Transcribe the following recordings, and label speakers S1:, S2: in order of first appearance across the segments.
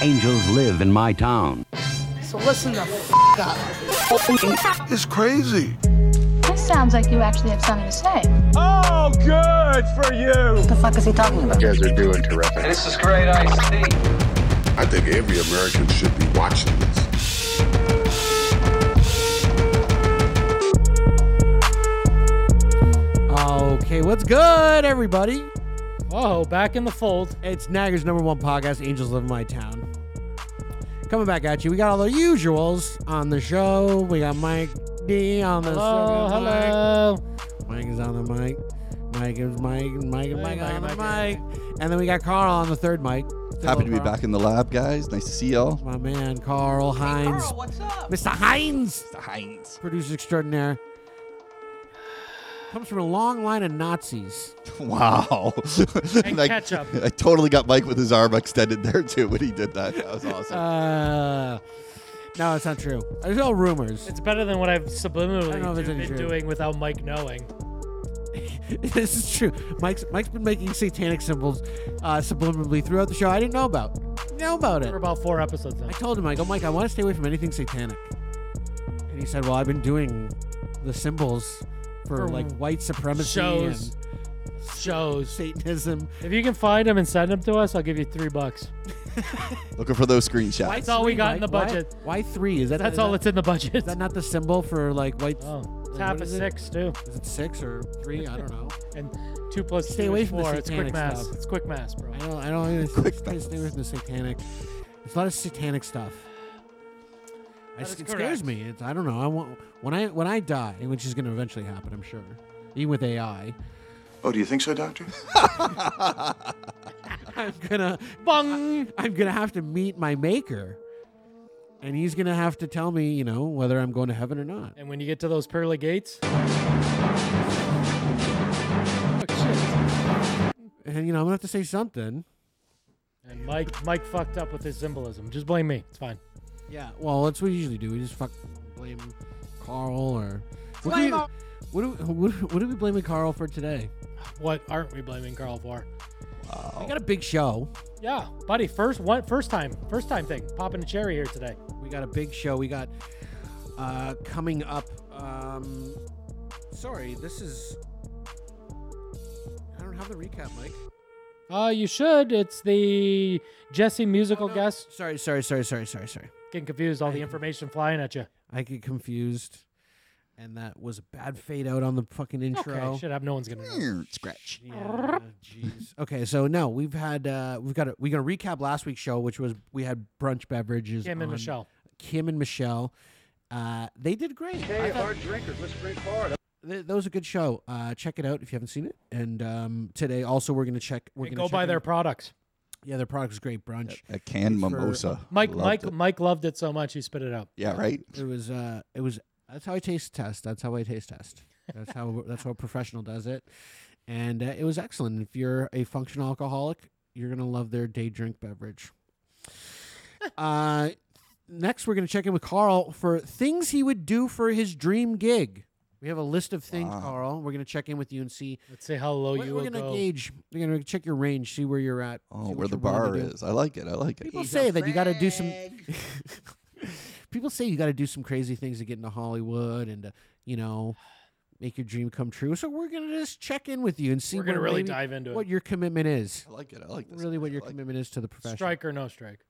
S1: Angels Live in My Town.
S2: So listen the f- up.
S3: It's crazy.
S4: This sounds like you actually have something to say.
S5: Oh, good for you.
S6: the fuck is he talking about?
S7: You guys are doing terrific.
S8: This is great iced tea.
S3: I think every American should be watching this.
S9: Okay, what's good, everybody?
S10: Whoa, back in the fold.
S9: It's Niagara's number one podcast, Angels Live in My Town. Coming back at you. We got all the usuals on the show. We got Mike D on the
S10: Oh, Hello,
S9: second mic.
S10: hello.
S9: Mike is on the mic. Mike is Mike. Mike and Mike
S10: Mike,
S9: on the
S10: Mike.
S9: mic. And then we got Carl on the third mic.
S11: Happy to be
S9: Hello, Carl.
S11: back in the lab, guys. Nice to see y'all.
S9: My man, Carl Hines.
S2: what's up?
S9: Mr. Hines,
S11: Heinz.
S9: producer extraordinaire. Comes from a long line of Nazis.
S11: Wow.
S10: And
S11: I,
S10: ketchup.
S11: I totally got Mike with his arm extended there too when he did that. That was awesome.
S9: Uh, no, it's not true. There's all rumors.
S10: It's better than what I've
S9: I don't know
S10: subliminally
S9: if it's
S10: do-
S9: any
S10: been
S9: true.
S10: doing without Mike knowing.
S9: this is true. Mike's Mike's been making satanic symbols uh, subliminally throughout the show. I didn't know about. Didn't know about it.
S10: For about four episodes now.
S9: I told him, I go, Mike, I want to stay away from anything satanic. And he said, Well, I've been doing the symbols for,
S10: For
S9: like white supremacy
S10: shows.
S9: and
S10: Shows.
S9: Satanism.
S10: If you can find them and send them to us, I'll give you three bucks.
S11: Looking for those screenshots.
S10: That's all we
S9: Three,
S10: got in the
S9: Mike, why-
S10: budget.
S9: Why, three? Is that
S10: That's
S9: is
S10: all
S9: that-
S10: that's in the budget.
S9: Is that not the symbol for like white?
S10: Oh,
S9: like,
S10: it's half
S9: what
S10: a
S9: is it?
S10: six too,
S9: Is it six or three? I don't know.
S10: and two plus
S9: Stay
S10: two
S9: away
S10: is
S9: from the
S10: four. It's quick
S9: satanic
S10: math.
S9: stuff.
S10: It's quick math, bro.
S9: I don't. I don't. even-
S11: Quick
S9: stay- Stay with
S11: math.
S9: the satanic. There's a lot of satanic stuff. I
S10: That
S9: s-
S10: is
S9: it scares
S10: correct.
S9: me. It's, I don't know. I want when I when I die, which is going to eventually happen, I'm sure. Even with AI,
S3: Oh, do you think so, Doctor?
S9: I'm gonna
S10: Bung.
S9: I'm gonna have to meet my maker, and he's gonna have to tell me, you know, whether I'm going to heaven or not.
S10: And when you get to those pearly gates,
S9: Oh, And you know, I'm gonna have to say something.
S10: and Mike Mike fucked up with his symbolism. Just blame me. It's fine.
S9: Yeah. Well, that's what we usually do. We just fuck blame Carl or what do we- what do, we, what, do- what do we blame Carl for today?
S10: What aren't we blaming Carl for? Oh.
S9: We got a big show.
S10: Yeah, buddy. First one, first time, first time thing. Popping a cherry here today.
S9: We got a big show. We got uh, coming up. Um, sorry, this is. I don't have the recap, Mike.
S10: Uh, you should. It's the Jesse musical
S9: Oh, no.
S10: guest.
S9: Sorry, sorry, sorry, sorry, sorry, sorry.
S10: Getting confused. All the information flying at you.
S9: I get confused, and that was a bad fade out on the fucking intro.
S10: Okay, shit. Up. No one's gonna. Know.
S11: Scratch.
S9: Yeah, jeez. okay, so no, we've had uh, we've got a, we got to recap last week's show, which was we had brunch beverages.
S10: Kim and
S9: on-
S10: Michelle.
S9: Kim and Michelle, uh, they did great. I thought- Th- that was a good show. Uh, check it out if you haven't seen it. And um, today also we're gonna check. We're
S10: And
S9: gonna
S10: go
S9: check
S10: buy
S9: in-
S10: their products.
S9: Yeah, their product was great. Brunch.
S11: A canned
S9: For-
S11: mimosa.
S10: Mike
S11: Loved
S10: Mike
S11: it.
S10: Mike loved it so much he spit it up.
S11: Yeah, right?
S9: It was. Uh, it was. That's how I taste test. That's how I taste test. That's how. that's how a professional does it. And uh, it was excellent. If you're a functional alcoholic, you're gonna love their day drink beverage. uh, next, we're gonna check in with Carl for things he would do for his dream gig. We have a list of things,
S11: Wow.
S9: Carl. We're gonna check in with you and see.
S10: Let's see how low
S9: we're
S10: Oh, you
S9: we're
S10: will
S9: gonna
S10: go.
S9: gauge. We're gonna check your range, see where you're at. see
S11: Oh,
S9: what
S11: where the
S9: you're willing
S11: bar
S9: to do.
S11: is. I like it. I like it.
S9: People say that you got to do some. People say you got to do some crazy things to get into Hollywood and to, you know, make your dream come true. So we're gonna just check in with you and see
S10: We're gonna
S9: where
S10: really
S9: maybe-
S10: dive into
S9: what
S10: it.
S9: your commitment is.
S11: I like it. I like this.
S9: Really, what
S11: I
S9: your
S11: like it.
S9: commitment is to the profession.
S10: Strike or no strike.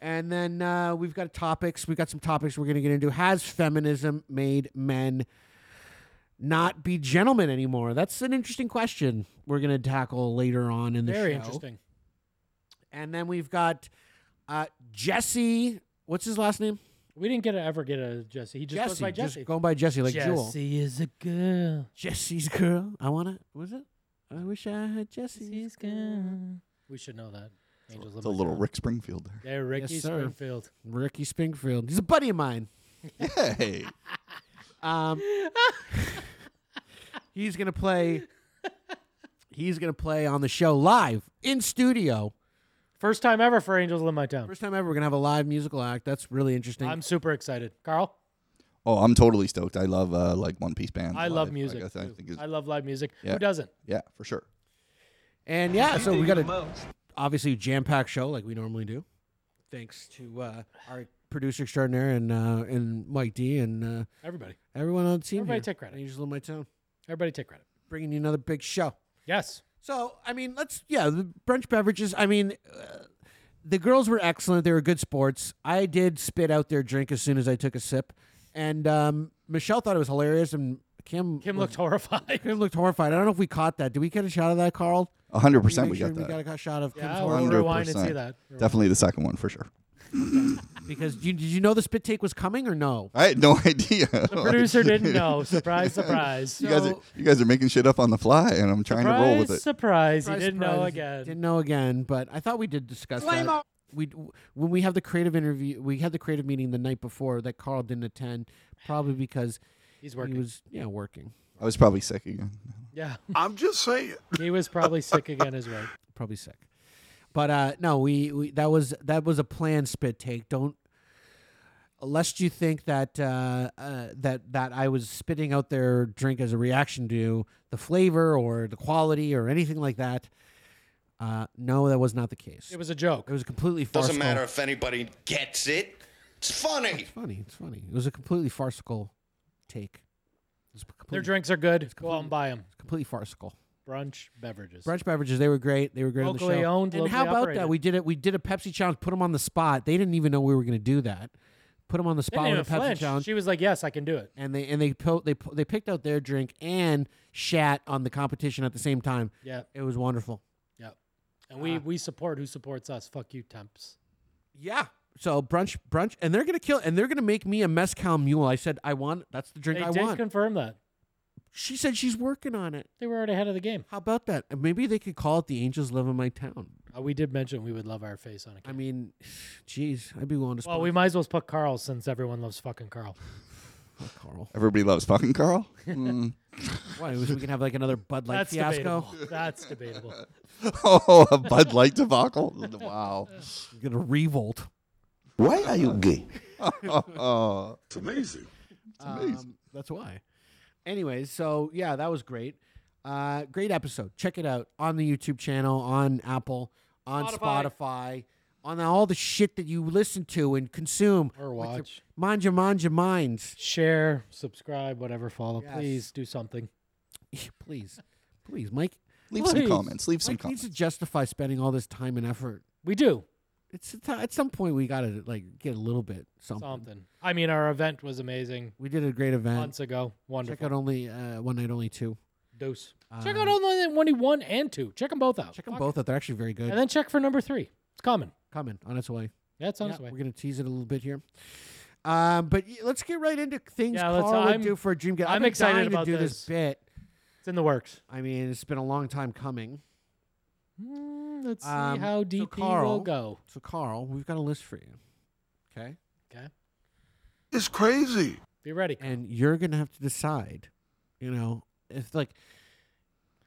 S9: And then uh, we've got topics. We've got some topics we're going to get into. Has feminism made men not be gentlemen anymore? That's an interesting question we're going to tackle later on in the show.
S10: Very interesting.
S9: And then we've got uh, Jesse. What's his last name?
S10: We didn't get to ever get a Jesse. He just goes by
S9: just
S10: Jesse.
S9: going by Jesse, like Jewel.
S10: Jesse is a girl.
S9: Jesse's girl. I wanna. Was it? I wish I had Jesse's girl.
S10: We should know that. Angels
S11: It's a little Rick Springfield there.
S10: Yeah, Ricky
S9: Yes, sir.
S10: Springfield.
S9: Ricky Springfield. He's a buddy of mine.
S11: Hey.
S9: Um, he's gonna play. He's gonna play on the show live in studio.
S10: First time ever for Angels in My Town.
S9: First time ever. We're gonna have a live musical act. That's really interesting.
S10: I'm super excited. Carl,
S11: Oh, I'm totally stoked. I love uh, like One Piece bands.
S10: I love
S11: live.
S10: music.
S11: Like, I, th- I
S10: too.
S11: think it's,
S10: I love live music.
S11: Yeah.
S10: Who doesn't?
S11: yeah, for sure.
S9: and yeah, so we got a obviously jam packed show like we normally do. Thanks to uh, our producer extraordinaire and uh, and Mike D and uh,
S10: Everybody.
S9: everyone on the team.
S10: Everybody
S9: here.
S10: take credit.
S9: And Angel in my town,
S10: Everybody take credit.
S9: bringing you another big show.
S10: Yes.
S9: So I mean, let's yeah, the brunch beverages. I mean, uh, the girls were excellent. They were good sports. I did spit out their drink as soon as I took a sip, and um, Michelle thought it was hilarious, and Kim
S10: Kim
S9: was-
S10: looked horrified.
S9: Kim looked horrified. I don't know if we caught that. Did we get a shot of that, Carl?
S11: A hundred
S9: Can
S11: percent,
S9: you
S11: we
S9: make
S11: got
S9: sure
S11: that.
S9: We got a shot of Kim's
S10: Yeah,
S9: horror
S10: we'll
S11: Hundred
S10: rewind and see
S11: percent.
S10: that.
S11: Definitely the second one for sure.
S9: because you, did you know the spit take was coming or no?
S11: I had no idea.
S10: The producer didn't know. Surprise, surprise.
S11: you guys, are, you guys are making shit up on the fly, and I'm trying to roll with it.
S10: surprise, surprise. He
S9: Surprise,
S10: didn't know
S9: surprise.
S10: again.
S9: Didn't know again, but I thought we did discuss that. We when we have the creative interview, we had the creative meeting the night before that Carl didn't attend, probably because
S10: He's working.
S9: he was yeah working,
S11: I was probably sick again.
S10: yeah.
S3: I'm just saying.
S10: He was probably sick again as well.
S9: probably sick. But uh no, we, we that was that was a planned spit take. Don't lest you think that uh, uh that that I was spitting out their drink as a reaction to the flavor or the quality or anything like that. Uh, no, that was not the case.
S10: It was a joke.
S9: It was completely
S6: Doesn't
S9: farcical.
S6: matter if anybody gets it. It's funny.
S9: funny. It's funny. It was a completely farcical take. It was completely,
S10: Their drinks are good. Go out and buy them.
S9: completely farcical.
S10: Brunch beverages.
S9: Brunch beverages, they were great. They were great on
S10: Locally
S9: the show.
S10: owned,
S9: and
S10: locally
S9: how about that?
S10: operated.
S9: We did it. We did a Pepsi challenge. Put them on the spot. They didn't even know we were going to do that. Put them on the
S10: They didn't
S9: spot with a
S10: even
S9: Pepsi
S10: flinch.
S9: challenge,
S10: She was like, "Yes, I can do it."
S9: and they and they po- they po- they picked out their drink and shat on the competition at the same time.
S10: Yeah,
S9: It was wonderful.
S10: yeah. And
S9: Ah.
S10: we we support who supports us. Fuck you, temps.
S9: Yeah. So brunch, brunch, and they're gonna kill, and they're gonna make me a mezcal mule. I said I want. That's the drink
S10: They
S9: I
S10: did
S9: want.
S10: confirm that
S9: she said she's working on it.
S10: they were already ahead of the game.
S9: How about that? And Maybe they could call it the Angels Live in My Town.
S10: Uh, we did mention we would love our face on a
S9: I
S10: camera.
S9: mean, geez, I'd be willing to.
S10: Well, we might as well put Carl since everyone loves fucking Carl.
S9: sponsor Carl.
S11: Everybody loves fucking Carl. Mm.
S9: Why? We can have like another Bud Light
S10: That's
S9: fiasco.
S10: debatable. That's debatable.
S11: oh, a Bud Light debacle. Wow.
S9: Gonna revolt.
S6: Why are you gay?
S11: Oh,
S3: It's amazing.
S9: Um, that's why. Anyways, so yeah, that was great. Uh, great episode. Check it out on the YouTube channel, on Apple, on Spotify,
S10: Spotify.
S9: on all the shit that you listen to and consume.
S10: Or
S9: with your-
S10: watch.
S9: Mind your mind your minds,
S10: Share, subscribe, whatever. Follow.
S9: Yes.
S10: Please do something.
S9: please, please, Mike.
S11: leave
S10: Please.
S11: some comments. Leave some
S9: Mike needs
S11: comments.
S9: to justify spending all this time and effort.
S10: We do
S9: It's a ti- at some point we gotta like get a little bit something.
S10: something. I mean, our event was amazing
S9: We did a great event.
S10: months ago. Wonderful.
S9: Check out only uh, one night only two.
S10: Dose. check out only one one and two. Check them both out.
S9: Check them
S10: Fuck
S9: both out. They're actually very
S10: it.
S9: good.
S10: And then check for number three. It's coming.
S9: Coming on its way.
S10: Yeah, it's on its
S9: Yeah,
S10: way.
S9: We're gonna tease it a little bit here. Um, but y- let's get right into things
S10: Yeah, let's-
S9: Carl would
S10: I'm-
S9: do for a dream guest.
S10: I'm
S9: I've been
S10: excited
S9: dying
S10: about
S9: to do this.
S10: this.
S9: bit.
S10: It's in the works.
S9: I mean, it's been a long time coming.
S10: Mm, let's
S9: Um,
S10: see how
S9: so
S10: deep
S9: Carl-
S10: will go.
S9: So Carl, we've got a list for you. Okay.
S10: Okay,
S3: It's crazy.
S10: be ready.
S9: and you're gonna have to decide you know if like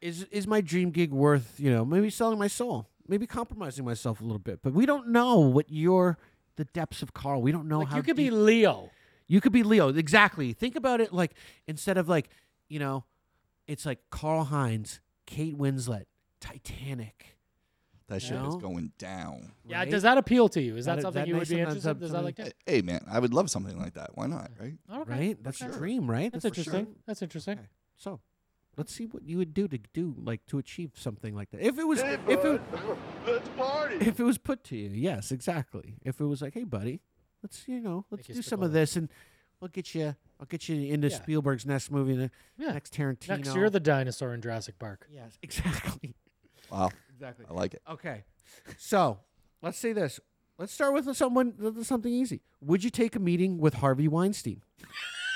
S9: is is my dream gig worth you know maybe selling my soul maybe compromising myself a little bit but we don't know what your the depths of carl we don't know
S10: Like
S9: how
S10: you could be
S9: deep-
S10: Leo.
S9: you could be leo exactly think about it like instead of like you know it's like carl heinz kate winslet titanic
S11: That shit is
S9: No.
S11: going down.
S10: Yeah,
S9: right?
S10: does that appeal to you? Is that,
S9: That-
S10: something
S9: that
S10: you would
S9: nice
S10: be
S9: and that's
S10: interested?
S9: up
S10: Does
S9: to
S10: that
S9: me.
S10: like that?
S11: Hey man, I would love something like that. Why not? Right?
S10: Okay.
S9: right that's your
S10: okay.
S9: dream right
S10: That's,
S9: for sure.
S10: interesting. That's interesting.
S9: Okay. So, let's see what you would do to do like to achieve something like that. If it was, if it,
S3: Let's party.
S9: if it was put to you, yes, exactly. If it was like, hey, buddy, let's you know, let's
S10: you
S9: do
S10: spit
S9: some of
S10: balls.
S9: this, and we'll get you, I'll get you into
S10: Yeah.
S9: Spielberg's next movie, the
S10: Yeah.
S9: next Tarantino.
S10: Next year, the dinosaur in Jurassic Park.
S9: yes, exactly,
S11: Wow,
S9: exactly.
S11: I like it.
S9: Okay, so let's say this. Let's start with someone with something easy. Would you take a meeting with Harvey Weinstein?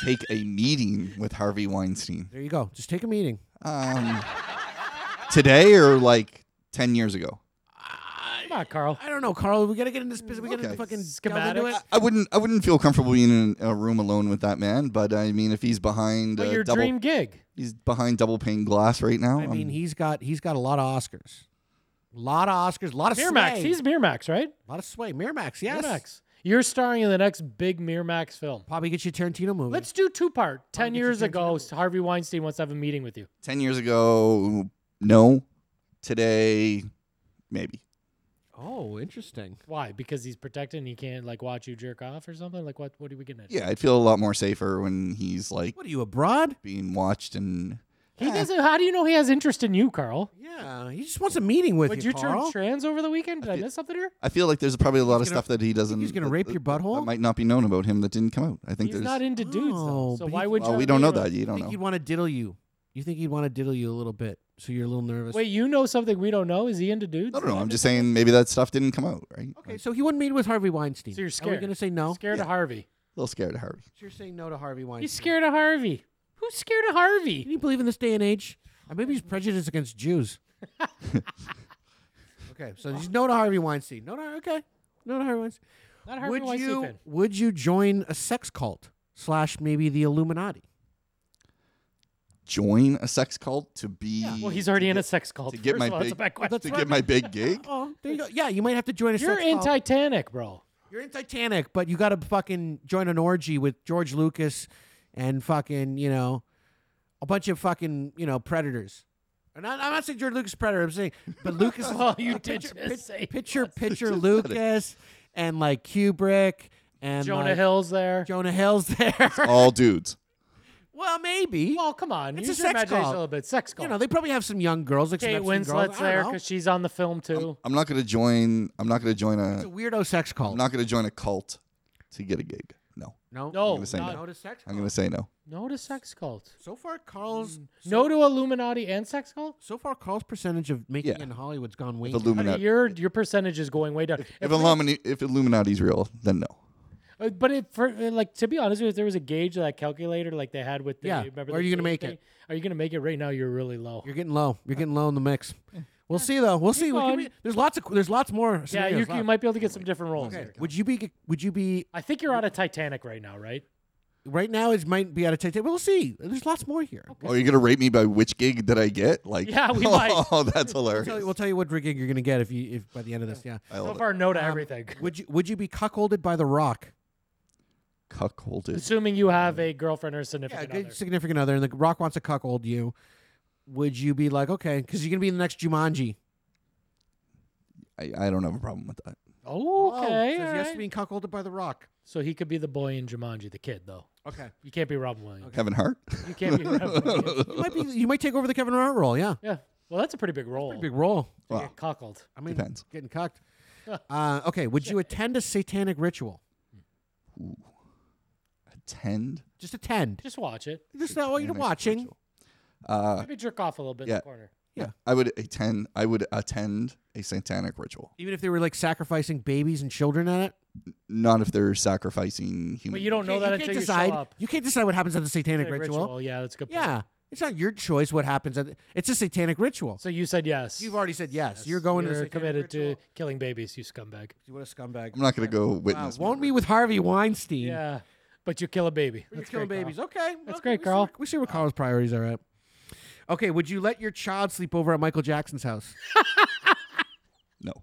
S11: Take a meeting with Harvey Weinstein.
S9: There you go. Just take a meeting.
S11: Um, today or like ten years ago.
S10: Come on, Carl.
S9: I don't know, Carl. We gotta get into this. We gotta
S11: Okay.
S9: fucking delve into
S10: Schematics.
S9: it.
S11: I wouldn't. I wouldn't feel comfortable being in a room alone with that man. But I mean, if he's behind
S10: But
S11: uh,
S10: your
S11: double,
S10: dream gig.
S11: he's behind double pane glass right now.
S9: I mean,
S11: um,
S9: he's got he's got a lot of Oscars, a lot of Oscars, a lot of
S10: Miramax.
S9: sway.
S10: He's Miramax, right?
S9: a lot of sway. Miramax, yes.
S10: Miramax. You're starring in the next big Miramax film.
S9: Probably get you a Tarantino movie.
S10: Let's do two part. Ten
S9: get you
S10: years
S9: Tarantino
S10: ago,
S9: movie.
S10: Harvey Weinstein wants to have a meeting with you.
S11: ten years ago, no. Today, maybe.
S9: Oh, interesting.
S10: Why? Because he's protected and he can't like watch you jerk off or something. Like what? What are we getting at?
S11: Yeah, I'd feel a lot more safer when he's like
S9: What are you abroad?
S11: being watched and
S10: He doesn't. How do you know he has interest in you, Carl?
S9: Yeah, he just wants a meeting with
S10: Would
S9: you,
S10: you
S9: Carl.
S10: turn trans over the weekend? Did I miss something here?
S11: I feel like there's probably a lot of
S9: gonna-
S11: stuff that he doesn't.
S9: he's gonna
S11: that-
S9: rape your
S11: that-
S9: butthole?
S11: That might not be known about him that didn't come out. I think
S10: He's
S11: there's.
S10: not into dudes,
S9: Oh,
S10: though. So
S9: but
S10: why
S9: he-
S10: would?
S11: well,
S10: you
S11: we don't know
S10: be-
S11: that. You
S9: you
S11: don't
S9: think he'd
S11: know.
S9: want to diddle you? You think he'd want to diddle you a little bit, so you're a little nervous.
S10: Wait, you know something we don't know? Is he into dudes?
S11: I don't know. I'm just saying maybe that stuff didn't come out, right?
S9: Okay, so he wouldn't meet with Harvey Weinstein.
S10: So you're
S9: Are
S10: scared.
S9: we gonna say no?
S10: Scared of Harvey.
S11: A little scared of Harvey.
S9: So you're saying no to Harvey Weinstein.
S10: He's scared of Harvey. Who's scared of
S9: Can
S10: Harvey?
S9: you believe in this day and age? Or maybe he's prejudiced against Jews. okay, so he's no to Harvey Weinstein. No to okay, no to Harvey Weinstein.
S10: Not a Harvey
S9: would
S10: Weinstein
S9: you
S10: fan.
S9: would you join a sex cult slash maybe the Illuminati?
S11: Join a sex cult to be.
S10: Well, he's already in a sex cult.
S11: to get
S10: First
S11: my
S10: of all, that's
S11: big-
S10: a bad
S11: Well,
S10: question.
S11: to get my big gig.
S9: Oh, there you go. Yeah, you might have to join a
S10: You're
S9: sex
S10: in
S9: cult.
S10: Titanic, bro.
S9: You're in Titanic, but you got to fucking join an orgy with George Lucas and fucking you know a bunch of fucking you know predators. And I, I'm not saying George Lucas is a predator. I'm saying, but Lucas. is-
S10: Oh, you did
S9: picture,
S10: just
S9: pic-
S10: say he
S9: picture,
S10: was.
S9: picture Lucas and like Kubrick and
S10: Jonah
S9: like,
S10: Hill's there.
S9: Jonah Hill's there.
S11: All dudes.
S9: well, maybe.
S10: well, come on.
S9: It's
S10: Use
S9: a sex
S10: your imagination
S9: cult.
S10: a little bit. Sex cult.
S9: you know, they probably have some young girls. Like some
S10: Kate
S9: Epstein
S10: Winslet's
S9: girls. I don't
S10: there
S9: know. Um,
S10: because she's on the film too.
S11: I'm not gonna join. I'm not gonna join
S9: It's
S11: a.
S9: a weirdo sex cult.
S11: I'm not gonna join a cult to get a gig. No,
S9: no,
S10: No,
S11: gonna say
S10: not-
S9: no to sex.
S11: I'm
S9: cult.
S11: gonna say no.
S10: no to sex cult.
S9: So far, Carl's
S10: No to Illuminati and sex cult.
S9: So far, Carl's percentage of making
S11: Yeah.
S9: in Hollywood's gone way
S11: If
S9: down.
S11: Illuminati,
S10: Your your percentage is going way down.
S11: if, Illumina- if Illuminati's real, then no.
S10: Uh, But it, for uh, like to be honest, if there was a gauge of that calculator like they had with the
S9: Yeah,
S10: remember
S9: where are
S10: the
S9: you gonna
S10: shade
S9: make
S10: thing?
S9: it?
S10: Are you gonna make it right now? You're really low.
S9: You're getting low. You're getting low in the mix. We'll see though. We'll see. We can-
S10: going.
S9: we- there's lots of there's lots more.
S10: yeah,
S9: Scenarios
S10: you, you
S9: left.
S10: might be able to get some different roles.
S9: Okay.
S10: here.
S9: Would you be? Would you be?
S10: I think you're out of Titanic right now, right?
S9: Right now, it might be out of Titanic. We'll see. There's lots more here.
S11: Oh, you're gonna rate me by which gig did I get? Like,
S10: Yeah, we might.
S11: Oh, that's hilarious.
S9: We'll tell, you, we'll tell you what gig you're gonna get if you if by the end of this. Yeah.
S11: I
S10: So
S11: love
S10: far, no to
S9: Um,
S10: everything.
S9: Would you Would you be cuckolded by the Rock?
S11: it. Cuckolded.
S10: Assuming you have a girlfriend or
S9: Yeah,
S10: significant other.
S9: good significant other, and the Rock wants to cuckold you. Would you be like okay? Because you're gonna be in the next Jumanji.
S11: I, I don't have a problem with that.
S10: Oh,
S9: Whoa,
S10: okay.
S9: Says
S10: all
S9: yes to
S10: right.
S9: being cuckolded by the Rock.
S10: So he could be the boy in Jumanji, the kid though.
S9: Okay.
S10: You can't be Robin Williams.
S11: Kevin Hart.
S10: You can't be Robin Williams.
S9: You might be. You might take over the Kevin Hart role. Yeah.
S10: Yeah. Well, that's a pretty big role.
S9: Big role.
S10: to get cuckolded.
S9: I mean,
S11: Depends.
S9: getting cocked. Uh, okay, would you attend a satanic ritual?
S11: Attend.
S9: Just attend.
S10: Just watch it.
S9: Just not what you're
S11: satanic
S9: watching.
S11: ritual. Uh,
S10: Maybe jerk off a little bit in
S11: yeah.
S10: the corner.
S11: I would attend. I would attend a satanic ritual.
S9: Even if they were like sacrificing babies and children at it.
S11: Not if they're sacrificing human.
S10: But you don't know
S9: You
S10: that
S9: can't
S10: until
S9: decide.
S10: you show up.
S9: can't decide what happens at the satanic,
S10: Satanic
S9: ritual.
S10: Yeah, that's a good. Point.
S9: Yeah, it's not your choice what happens at. The, it's a satanic ritual.
S10: So you said yes.
S9: You've already said yes. You're going to the
S10: You're
S9: satanic
S10: committed
S9: ritual.
S10: to killing babies, you scumbag.
S9: You what a scumbag.
S11: I'm not gonna go
S9: Wow,
S11: witness.
S9: won't
S11: murder.
S9: be with Harvey Weinstein.
S10: Yeah, but you kill a baby.
S9: You're
S10: That's
S9: killing
S10: great, Carl.
S9: babies. Okay.
S10: That's
S9: okay,
S10: great,
S9: we see
S10: Carl.
S9: where- we see where Carl's priorities are at. Okay, would you let your child sleep over at Michael Jackson's house?
S11: No.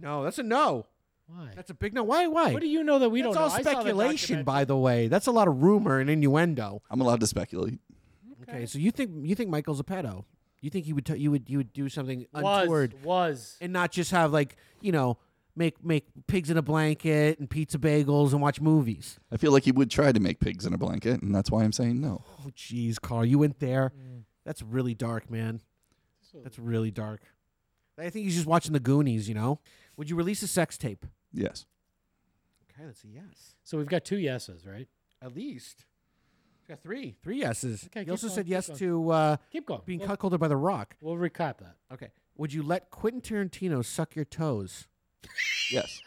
S9: No, that's a no.
S10: Why?
S9: That's a big no. Why? Why?
S10: What do you know that we
S9: That's
S10: don't
S9: all
S10: know? I saw that
S9: speculation,
S10: documentary.
S9: by the way. That's a lot of rumor and innuendo.
S11: I'm allowed to speculate.
S9: Okay, so you think you think Michael's a pedo? You think he would t- you would you would do something
S10: was
S9: untoward
S10: was
S9: and not just have like you know make make pigs in a blanket and pizza bagels and watch movies?
S11: I feel like he would try to make pigs in a blanket, and that's why I'm saying no.
S9: Oh, jeez, Carl, you went there.
S10: Mm.
S9: That's really dark, man. That's really dark. I think he's just watching the Goonies. You know? Would you release a sex tape?
S11: Yes.
S9: Okay, that's a yes.
S10: so we've got two yeses, right?
S9: At least. Got three, three yeses. Okay,
S10: Okay, keep
S9: you also
S10: going,
S9: said
S10: keep
S9: yes
S10: going.
S9: to uh,
S10: Keep going.
S9: being
S10: We'll-
S9: cuckolded by The Rock.
S10: We'll recap that.
S9: Okay. Would you let Quentin Tarantino suck your toes?
S11: Yes.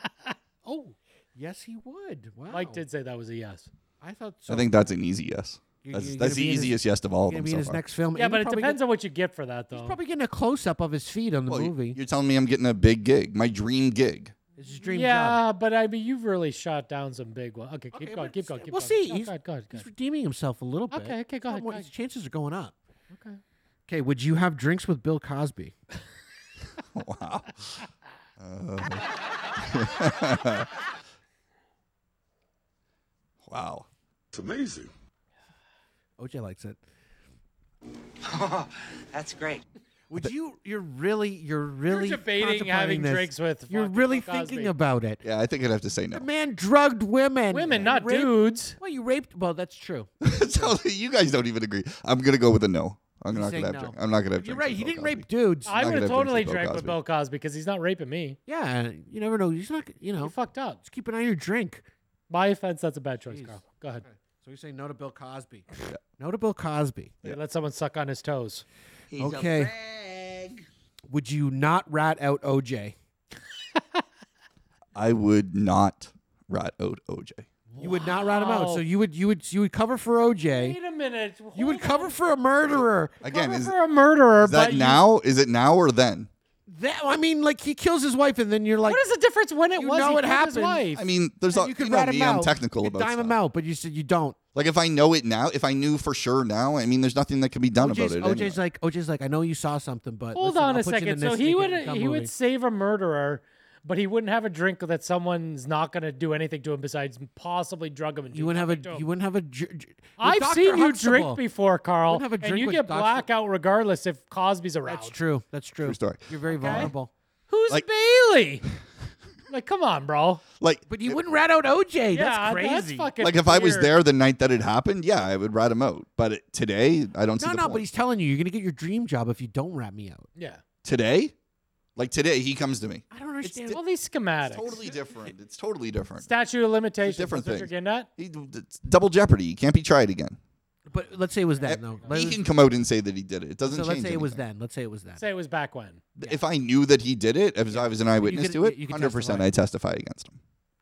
S10: Oh,
S9: Yes, he would. Wow.
S10: Mike did say that was a yes.
S9: I thought so.
S11: I think that's an easy yes.
S9: You-
S11: That's,
S9: you're
S11: that's
S9: gonna
S11: the
S9: be in his-
S11: easiest yes of
S9: he's
S11: all of
S9: gonna
S11: them
S9: be in
S11: so
S9: his
S11: far.
S9: next film. Um,
S10: Yeah,
S9: and
S10: but
S9: he's
S10: it
S9: probably
S10: depends
S9: get-
S10: on what you get for that, though.
S9: He's probably getting a close up of his feet on the
S11: Well, y-
S9: movie.
S11: You're telling me I'm getting a big gig, my dream gig.
S9: It's his dream job.
S10: yeah, but I mean, you've really shot down some big ones. Okay,
S9: Okay,
S10: keep going,
S9: but
S10: keep going, keep
S9: we'll
S10: going.
S9: see.
S10: Oh,
S9: he's,
S10: God, God,
S9: he's
S10: God.
S9: redeeming himself a little bit.
S10: Okay, okay, go
S9: He's got
S10: ahead,
S9: more-
S10: go ahead.
S9: His chances are going up.
S10: Okay.
S9: Okay. Would you have drinks with Bill Cosby?
S11: Wow. Uh, wow.
S3: It's amazing.
S9: OJ likes it.
S7: That's great.
S9: Would you? You're really, you're really
S10: debating
S9: contemplating
S10: having
S9: this.
S10: drinks with
S9: You're
S10: fucking
S9: really
S10: Bill Cosby.
S9: thinking about it.
S11: Yeah, I think I'd have to say no.
S9: The man drugged women.
S10: Women, not
S9: Raped-
S10: dudes.
S9: Well, you raped. Well, that's true.
S11: so you guys don't even agree. I'm gonna go with a no. I'm not
S9: saying
S11: gonna have
S9: no.
S11: drink. I'm not gonna have
S9: You're
S11: drinks
S9: right.
S11: with
S9: He
S11: Bill
S9: didn't
S11: Cosby.
S9: rape dudes.
S10: I
S11: not
S10: would have
S11: gonna
S10: totally
S11: drink with Bill
S10: drank with
S11: Cosby.
S10: Bill Cosby because he's not raping me.
S9: yeah, you never know. He's not. You know,
S10: He fucked up.
S9: just keep an eye on your drink.
S10: My offense, that's a bad choice,
S9: Jeez.
S10: Carl. Go ahead.
S9: So you're saying no to Bill Cosby. No to Bill Cosby.
S10: Let someone suck on his toes.
S9: okay. Would you not rat out OJ?
S11: I would not rat out OJ.
S9: You would not rat him out.
S10: Wow.
S9: So you would you would you would cover for OJ.
S10: Wait a minute.
S9: You would cover for a murderer.
S11: Again, is,
S10: for a murderer,
S11: is that
S10: but you-
S11: now? Is it now or then?
S9: That I mean, like he kills his wife, and then you're like,
S10: what is the difference when it
S9: You
S10: was?
S9: know
S10: he
S9: it
S10: killed His
S9: happened.
S10: wife?
S11: I mean, there's
S9: and
S11: a,
S9: you could
S11: know
S9: rat him
S11: me.
S9: out.
S11: I'm technical
S9: you could
S11: about
S9: dime
S11: stuff.
S9: him out, but you said you don't.
S11: Like if I know it now, if I knew for sure now, I mean, there's nothing that could be done
S9: OJ's,
S11: about it. anyway.
S9: OJ's like, OJ's like, I know you saw something, but
S10: Hold
S9: listen,
S10: on
S9: I'll
S10: a
S9: put you in
S10: second.
S9: this
S10: So
S9: and make
S10: he
S9: it
S10: would
S9: become
S10: he
S9: movie."
S10: would save a murderer, but he wouldn't have a drink that someone's not going to do anything to him besides possibly drug him. And
S9: You
S10: do
S9: wouldn't have
S10: nothing to
S9: a
S10: him.
S9: you wouldn't have a. ju- ju- with
S10: I've
S9: Dr.
S10: seen you
S9: Huxtable-
S10: drink before, Carl,
S9: Wouldn't have a
S10: and
S9: drink
S10: you
S9: with
S10: get
S9: Dr.
S10: blackout regardless if Cosby's around.
S9: That's true. That's true.
S11: story.
S9: You're very vulnerable.
S10: Who's
S11: Like-
S10: Bailey? like, come on, bro.
S11: like,
S9: But you wouldn't rat out OJ.
S10: yeah,
S9: that's crazy.
S10: That's fucking
S11: like if I was
S10: weird.
S11: there the night that it happened, yeah, I would rat him out. But it, today, I don't see
S9: no,
S11: the
S9: no,
S11: point.
S9: but he's telling you, you're gonna get your dream job if you don't rat me out.
S10: Yeah.
S11: today, like today, he comes to me.
S9: I don't understand.
S10: All these schematics.
S11: It's totally different. It's totally different.
S10: Statute of limitations.
S11: different
S10: that's what you're
S11: thing.
S10: getting at?
S11: He, it's double jeopardy. He can't be tried again. Eh,
S9: But let's say it was then, though. Let-
S11: he can come out and say that he did it. It doesn't
S9: so let's
S11: change.
S9: say it was
S11: anything.
S9: then. Let's say it was then.
S10: Say it was back when.
S11: If I knew that he did it, if I was an eyewitness
S9: could-
S11: to it,
S9: you could
S11: hundred percent,
S9: testify.
S11: I testify against him.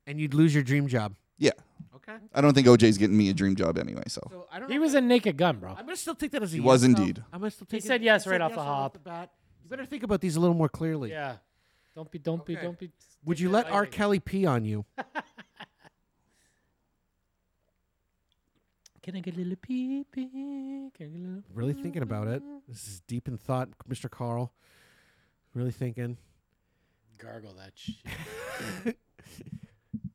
S9: And you'd lose your dream job.
S11: Yeah,
S9: Okay.
S11: I don't think OJ's getting me a dream job anyway. So,
S9: So I don't.
S10: He was in Naked Gun, bro.
S9: I'm gonna still take that as a. He
S11: was indeed.
S9: I'm gonna still take. it-
S10: said yes
S9: he
S10: right off the hop.
S9: bat. You better think about these a little more clearly.
S10: Yeah. Don't be, don't be,
S9: Okay.
S10: don't be.
S9: Would
S10: take
S9: you
S10: it
S9: let R.
S10: lightly.
S9: Kelly pee on you?
S10: Can I get a little pee pee? Can I get a little?
S9: Really thinking about it. This is deep in thought, Mr. Carl. Really thinking.
S10: Gargle that shit.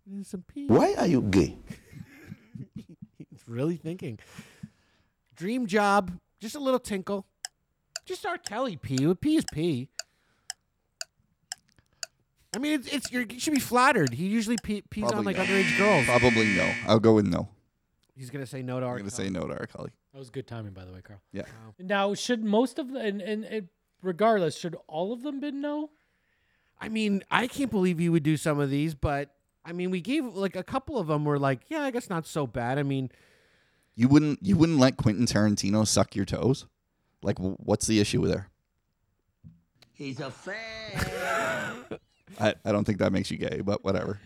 S9: There's some pee.
S1: Why are you gay?
S9: It's really thinking. Dream job. Just a little tinkle. Just R. Kelly pee. Pee is pee. I mean, it's, it's you're, you should be flattered. He usually pee, pees on
S11: Probably
S9: like
S11: not.
S9: underage girls.
S11: probably no. I'll go with no.
S9: He's gonna say no to
S11: I'm
S9: R.
S11: gonna
S9: Kelly.
S11: say no to R. Kelly.
S10: That was good timing, by the way, Carl.
S11: Yeah.
S10: Now, should most of the and, and, and regardless, should all of them been no?
S9: I mean, I can't believe you would do some of these, but I mean, we gave like a couple of them were like, yeah, I guess not so bad. I mean,
S11: You wouldn't. You wouldn't let Quentin Tarantino suck your toes. Like, wh- what's the issue there?
S2: He's a fan.
S11: I, I don't think that makes you gay, but whatever.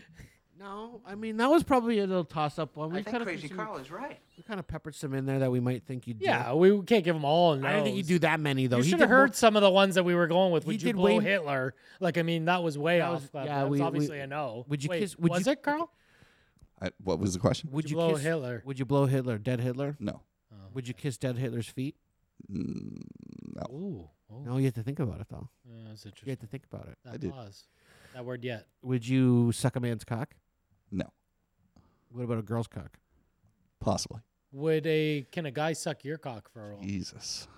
S9: no, I mean that was probably a little toss up one. We
S2: I
S9: kind
S2: think
S9: of
S2: Crazy Carl is right.
S9: we kind of peppered some in there that we might think you'd
S10: Yeah,
S9: do.
S10: we can't give them all. No,
S9: I don't think you do that many though.
S10: You
S9: He
S10: should
S9: did
S10: have heard
S9: more-
S10: some of the ones that we were going with.
S9: He
S10: Would you
S9: did
S10: blow
S9: way-
S10: Hitler? Like, I mean, that was way
S9: That was-
S10: off. That-
S9: yeah,
S10: that was
S9: we-
S10: obviously
S9: we-
S10: a no.
S9: would you
S10: Wait,
S9: kiss- would
S10: was
S9: you-
S10: it Carl?
S11: I, what was the question?
S9: Would
S10: you blow
S9: kiss
S10: Hitler?
S9: Would you blow Hitler? Dead Hitler?
S11: No.
S9: uh, Would you kiss dead Hitler's feet?
S10: Ooh, oh,
S9: No, you have to think about it though.
S10: yeah, that's interesting.
S9: You have to think about it.
S10: that
S11: did.
S10: pause. That word yet?
S9: Would you suck a man's cock?
S11: No.
S9: What about a girl's cock?
S11: Possibly.
S10: Would a can a guy suck your cock for a while?
S11: Jesus.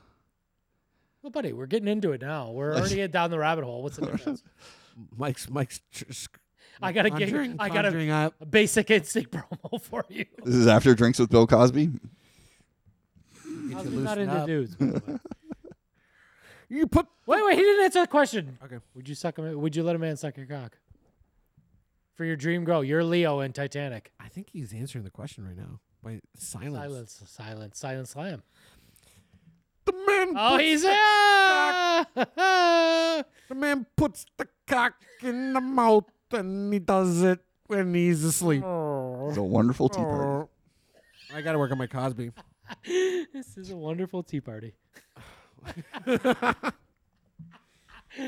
S10: Well, buddy, we're getting into it now. We're already down the rabbit hole. What's the difference?
S9: Mike's Mike's. Tr- sc-
S10: I gotta get.
S9: conjuring-
S10: I gotta
S9: conjuring up.
S10: a basic instinct promo for you.
S11: This is after drinks with Bill Cosby.
S9: Get
S10: How's
S9: you
S10: he not
S9: loosened
S10: into
S9: up.
S10: dudes. by the way?
S9: You put
S10: wait, wait, he didn't answer the question.
S9: Okay.
S10: Would you suck him? Would you let a man suck your cock for your dream girl? You're Leo in Titanic.
S9: I think he's answering the question right now by silence.
S10: Silence, silence, silence, slam.
S9: The man.
S10: Oh,
S9: puts
S10: he's
S9: the,
S10: there.
S9: the man puts the cock in the mouth, and he does it when he's asleep.
S11: It's a wonderful tea party.
S9: Oh. I gotta work on my Cosby.
S10: this is a wonderful tea party.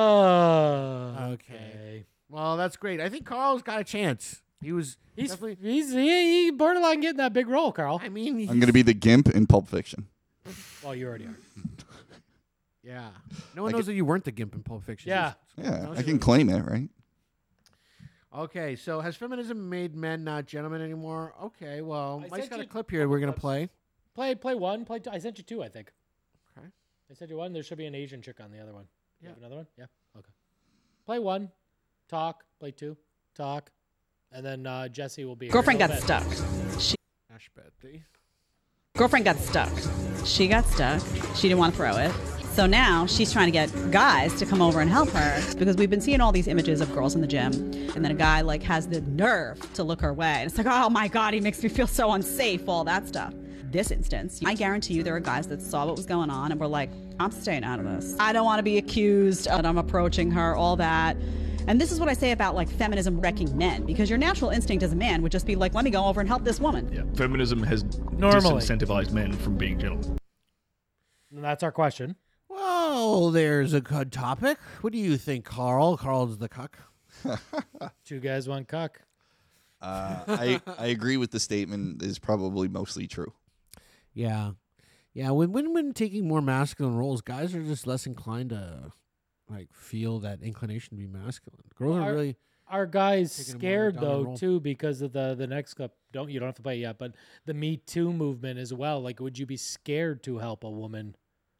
S10: oh, okay.
S9: Well, that's great. I think Carl's got a chance. He was.
S10: He's,
S9: definitely.
S10: he's he, he borderline getting that big role, Carl.
S9: I mean, he's,
S11: I'm gonna be the gimp in Pulp Fiction.
S10: Well, you already are.
S9: Yeah. No one knows that you weren't the gimp in Pulp Fiction.
S10: Yeah.
S11: Yeah,
S9: No,
S11: I
S9: she
S11: can
S9: was.
S11: claim it, right?
S9: Okay. So has feminism made men not gentlemen anymore? Okay. Well,
S10: I
S9: Mike's
S10: sent
S9: got a
S10: you
S9: clip here. We're gonna
S10: clips.
S9: play.
S10: Play play one, play two. I sent you two, I think.
S9: Okay.
S10: I said you one. There should be an Asian chick on the other one. You
S9: Yeah.
S10: have another one? Yeah. Okay. Play one, talk. Play two, talk, and then uh, Jesse will be. here.
S7: Girlfriend
S10: Go
S7: got
S10: ahead.
S7: stuck.
S9: Ash Betty.
S7: Girlfriend got stuck. She got stuck. She didn't want to throw it. So now she's trying to get guys to come over and help her because we've been seeing all these images of girls in the gym. And then a guy like has the nerve to look her way. And it's like, oh my God, he makes me feel so unsafe, all that stuff. This instance, I guarantee you there are guys that saw what was going on and were like, I'm staying out of this. I don't want to be accused that I'm approaching her, all that. And this is what I say about like feminism wrecking men because your natural instinct as a man would just be like, let me go over and help this woman.
S8: Feminism has
S10: Normally.
S8: disincentivized men from being gentle.
S10: And that's our question.
S9: Well, there's a good topic. What do you think, Carl? Carl's the cuck.
S10: Two guys, one cuck.
S11: Uh, I I agree with the statement is probably mostly true.
S9: Yeah, yeah. When when when taking more masculine roles, guys are just less inclined to like feel that inclination to be masculine. Girls
S10: Well,
S9: are
S10: our-
S9: really
S10: Our guys
S9: Taking a more
S10: scared
S9: dominant
S10: though
S9: role.
S10: too because of the the next clip. Don't you don't have to play it yet, but the Me Too movement as well. Like, would you be scared to help a woman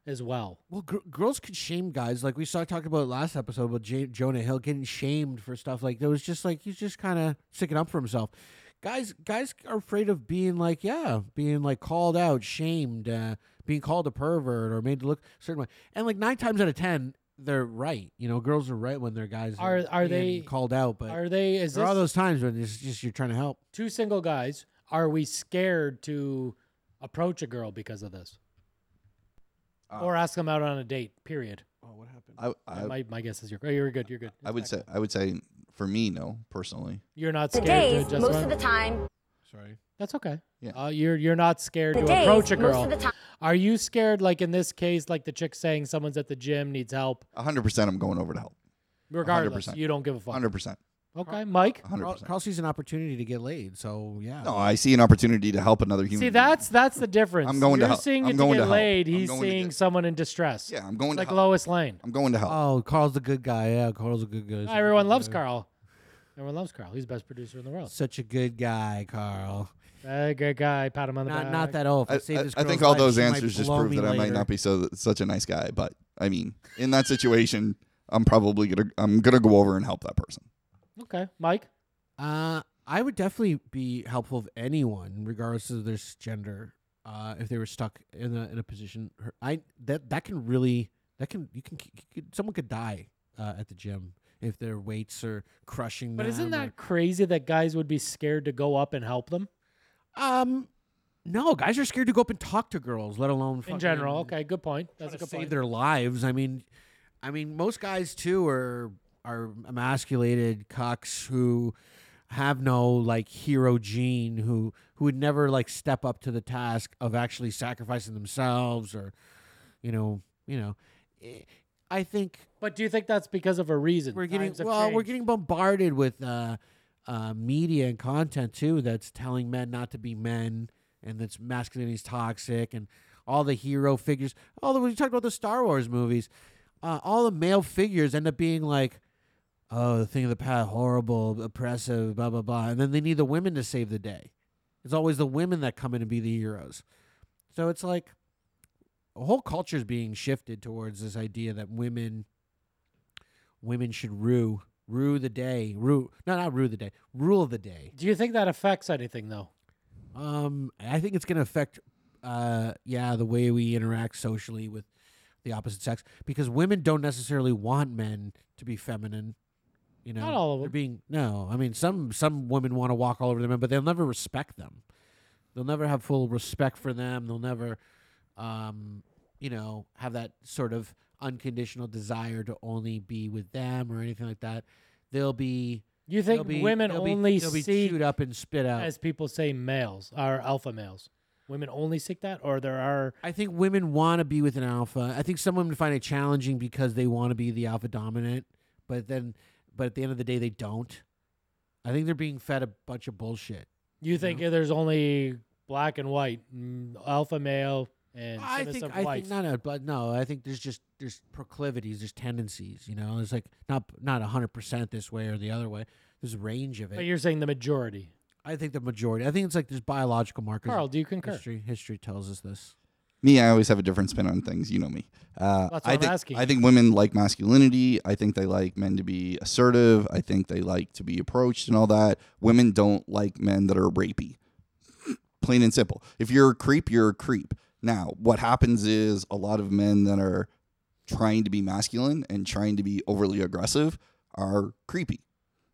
S10: as well?
S9: well. Gr- girls could shame guys, like we saw talked about last episode about J- Jonah Hill getting shamed for stuff like that. It was just like he's just kind of sticking up for himself. Guys, guys are afraid of being like yeah, being like called out, shamed, uh, being called a pervert or made to look a certain way. And like nine times out of ten, they're right. You know, girls are right when their guys
S10: Are- are
S9: being
S10: they-
S9: called out, but
S10: Are they? Is
S9: there are
S10: this
S9: those times when it's just you're trying to help.
S10: two single guys? Are we scared to approach a girl because of this, or ask them out on a date? Period.
S11: Uh, Um, I I,
S10: my, my guess is you're, oh, you're good. You're good.
S11: I would say I would say for me no personally.
S10: You're not scared to adjust. around-
S7: time,
S9: Sorry.
S10: That's okay.
S11: Yeah.
S10: Uh, you're you're not scared to approach a girl. Are you scared, like in this case, like the chick saying someone's at the gym needs help?
S11: hundred percent I'm going over to help.
S10: Regardless,
S11: 100%.
S10: you don't give a fuck.
S11: Hundred percent.
S10: Okay, Mike.
S11: hundred
S9: Carl,
S11: percent.
S9: Carl sees an opportunity to get laid, so yeah.
S11: No, I see an opportunity to help another human.
S10: See,
S11: being.
S10: that's that's the difference.
S11: I'm going to
S10: You're
S11: help.
S10: seeing
S11: I'm
S10: it
S11: going
S10: to
S11: to
S10: get
S11: help.
S10: laid.
S11: I'm
S10: He's
S11: going to
S10: seeing
S11: get-
S10: someone in distress.
S11: yeah. I'm going
S10: like
S11: to help.
S10: Lois Lane.
S11: I'm going to help.
S9: Oh, Carl's the good guy. Yeah, Carl's a good guy. He's a
S10: Everyone
S9: good
S10: loves
S9: guy.
S10: Carl. Everyone loves Carl. He's the best producer in the world.
S9: Such a good guy, Carl. uh,
S10: Uh, good guy. Pat him on the
S9: Not
S10: back.
S9: not that old.
S11: I, I- I think all those answers just prove that I might not be so such a nice guy. But I mean, in that situation, I'm probably gonna I'm gonna go over and help that person.
S10: Okay, Mike.
S9: Uh, I would definitely be helpful of anyone, regardless of their s- gender, uh, if they were stuck in a in a position. her- I that that can really that can you can, you could- someone could die uh, at the gym if their weights are crushing
S10: But isn't
S9: them or-
S10: that crazy that guys would be scared to go up and help them
S9: Um, no, guys are scared to go up and talk to girls, let alone
S10: in
S9: fucking
S10: general? Okay, good point.
S9: try
S10: That's a
S9: to
S10: good
S9: save
S10: point.
S9: their lives. I mean, I mean, most guys too are are emasculated cucks who have no like hero gene who who would never like step up to the task of actually sacrificing themselves or you know you know Eh, i think
S10: But do you think that's because of a reason?
S9: we're getting
S10: Times have
S9: well, we're
S10: changed.
S9: getting bombarded with uh, uh, media and content too that's telling men not to be men, and that's masculinity is toxic, and all the hero figures. All the we talked about the Star Wars movies, uh, all the male figures end up being like, oh, the thing of the past, horrible, oppressive, blah blah blah, and then they need the women to save the day. It's always the women that come in and be the heroes. So it's like a whole culture is being shifted towards this idea that women women should rue rue the day rue no not rue the day rule the day
S10: Do you think that affects anything though?
S9: um i think it's going to affect uh yeah the way we interact socially with the opposite sex because women don't necessarily want men to be feminine you know
S10: Not all of
S9: They're
S10: them.
S9: being no i mean some some women want to walk all over the men but they'll never respect them they'll never have full respect for them they'll never um you know have that sort of unconditional desire to only be with them or anything like that they'll be
S10: You think
S9: they'll be-
S10: women
S9: they'll be-
S10: only
S9: they'll be
S10: seek,
S9: chewed up and spit out
S10: as people say, males are alpha males? Women only seek that, or there are
S9: I think women want to be with an alpha. I think some women find it challenging because they want to be the alpha dominant, but then, but at the end of the day, they don't. I think they're being fed a bunch of bullshit.
S10: you think there's only black and white, mm, alpha male and
S9: I
S10: submissive
S9: think, I
S10: wife.
S9: think, no, no, but no, I think there's just there's proclivities, there's tendencies. You know, there's like not not hundred percent this way or the other way. There's a range of
S10: but
S9: it.
S10: you're saying the majority.
S9: I think the majority. I think it's like there's biological markers.
S10: Carl, do you concur?
S9: history history tells us this.
S11: me, I always have a different spin on things. You know me. Uh,
S10: That's what
S11: I
S10: I'm
S11: think,
S10: asking.
S11: I think women like masculinity. I think they like men to be assertive. I think they like to be approached and all that. Women don't like men that are rapey. Plain and simple. If you're a creep, you're a creep. Now, what happens is a lot of men that are trying to be masculine and trying to be overly aggressive are creepy.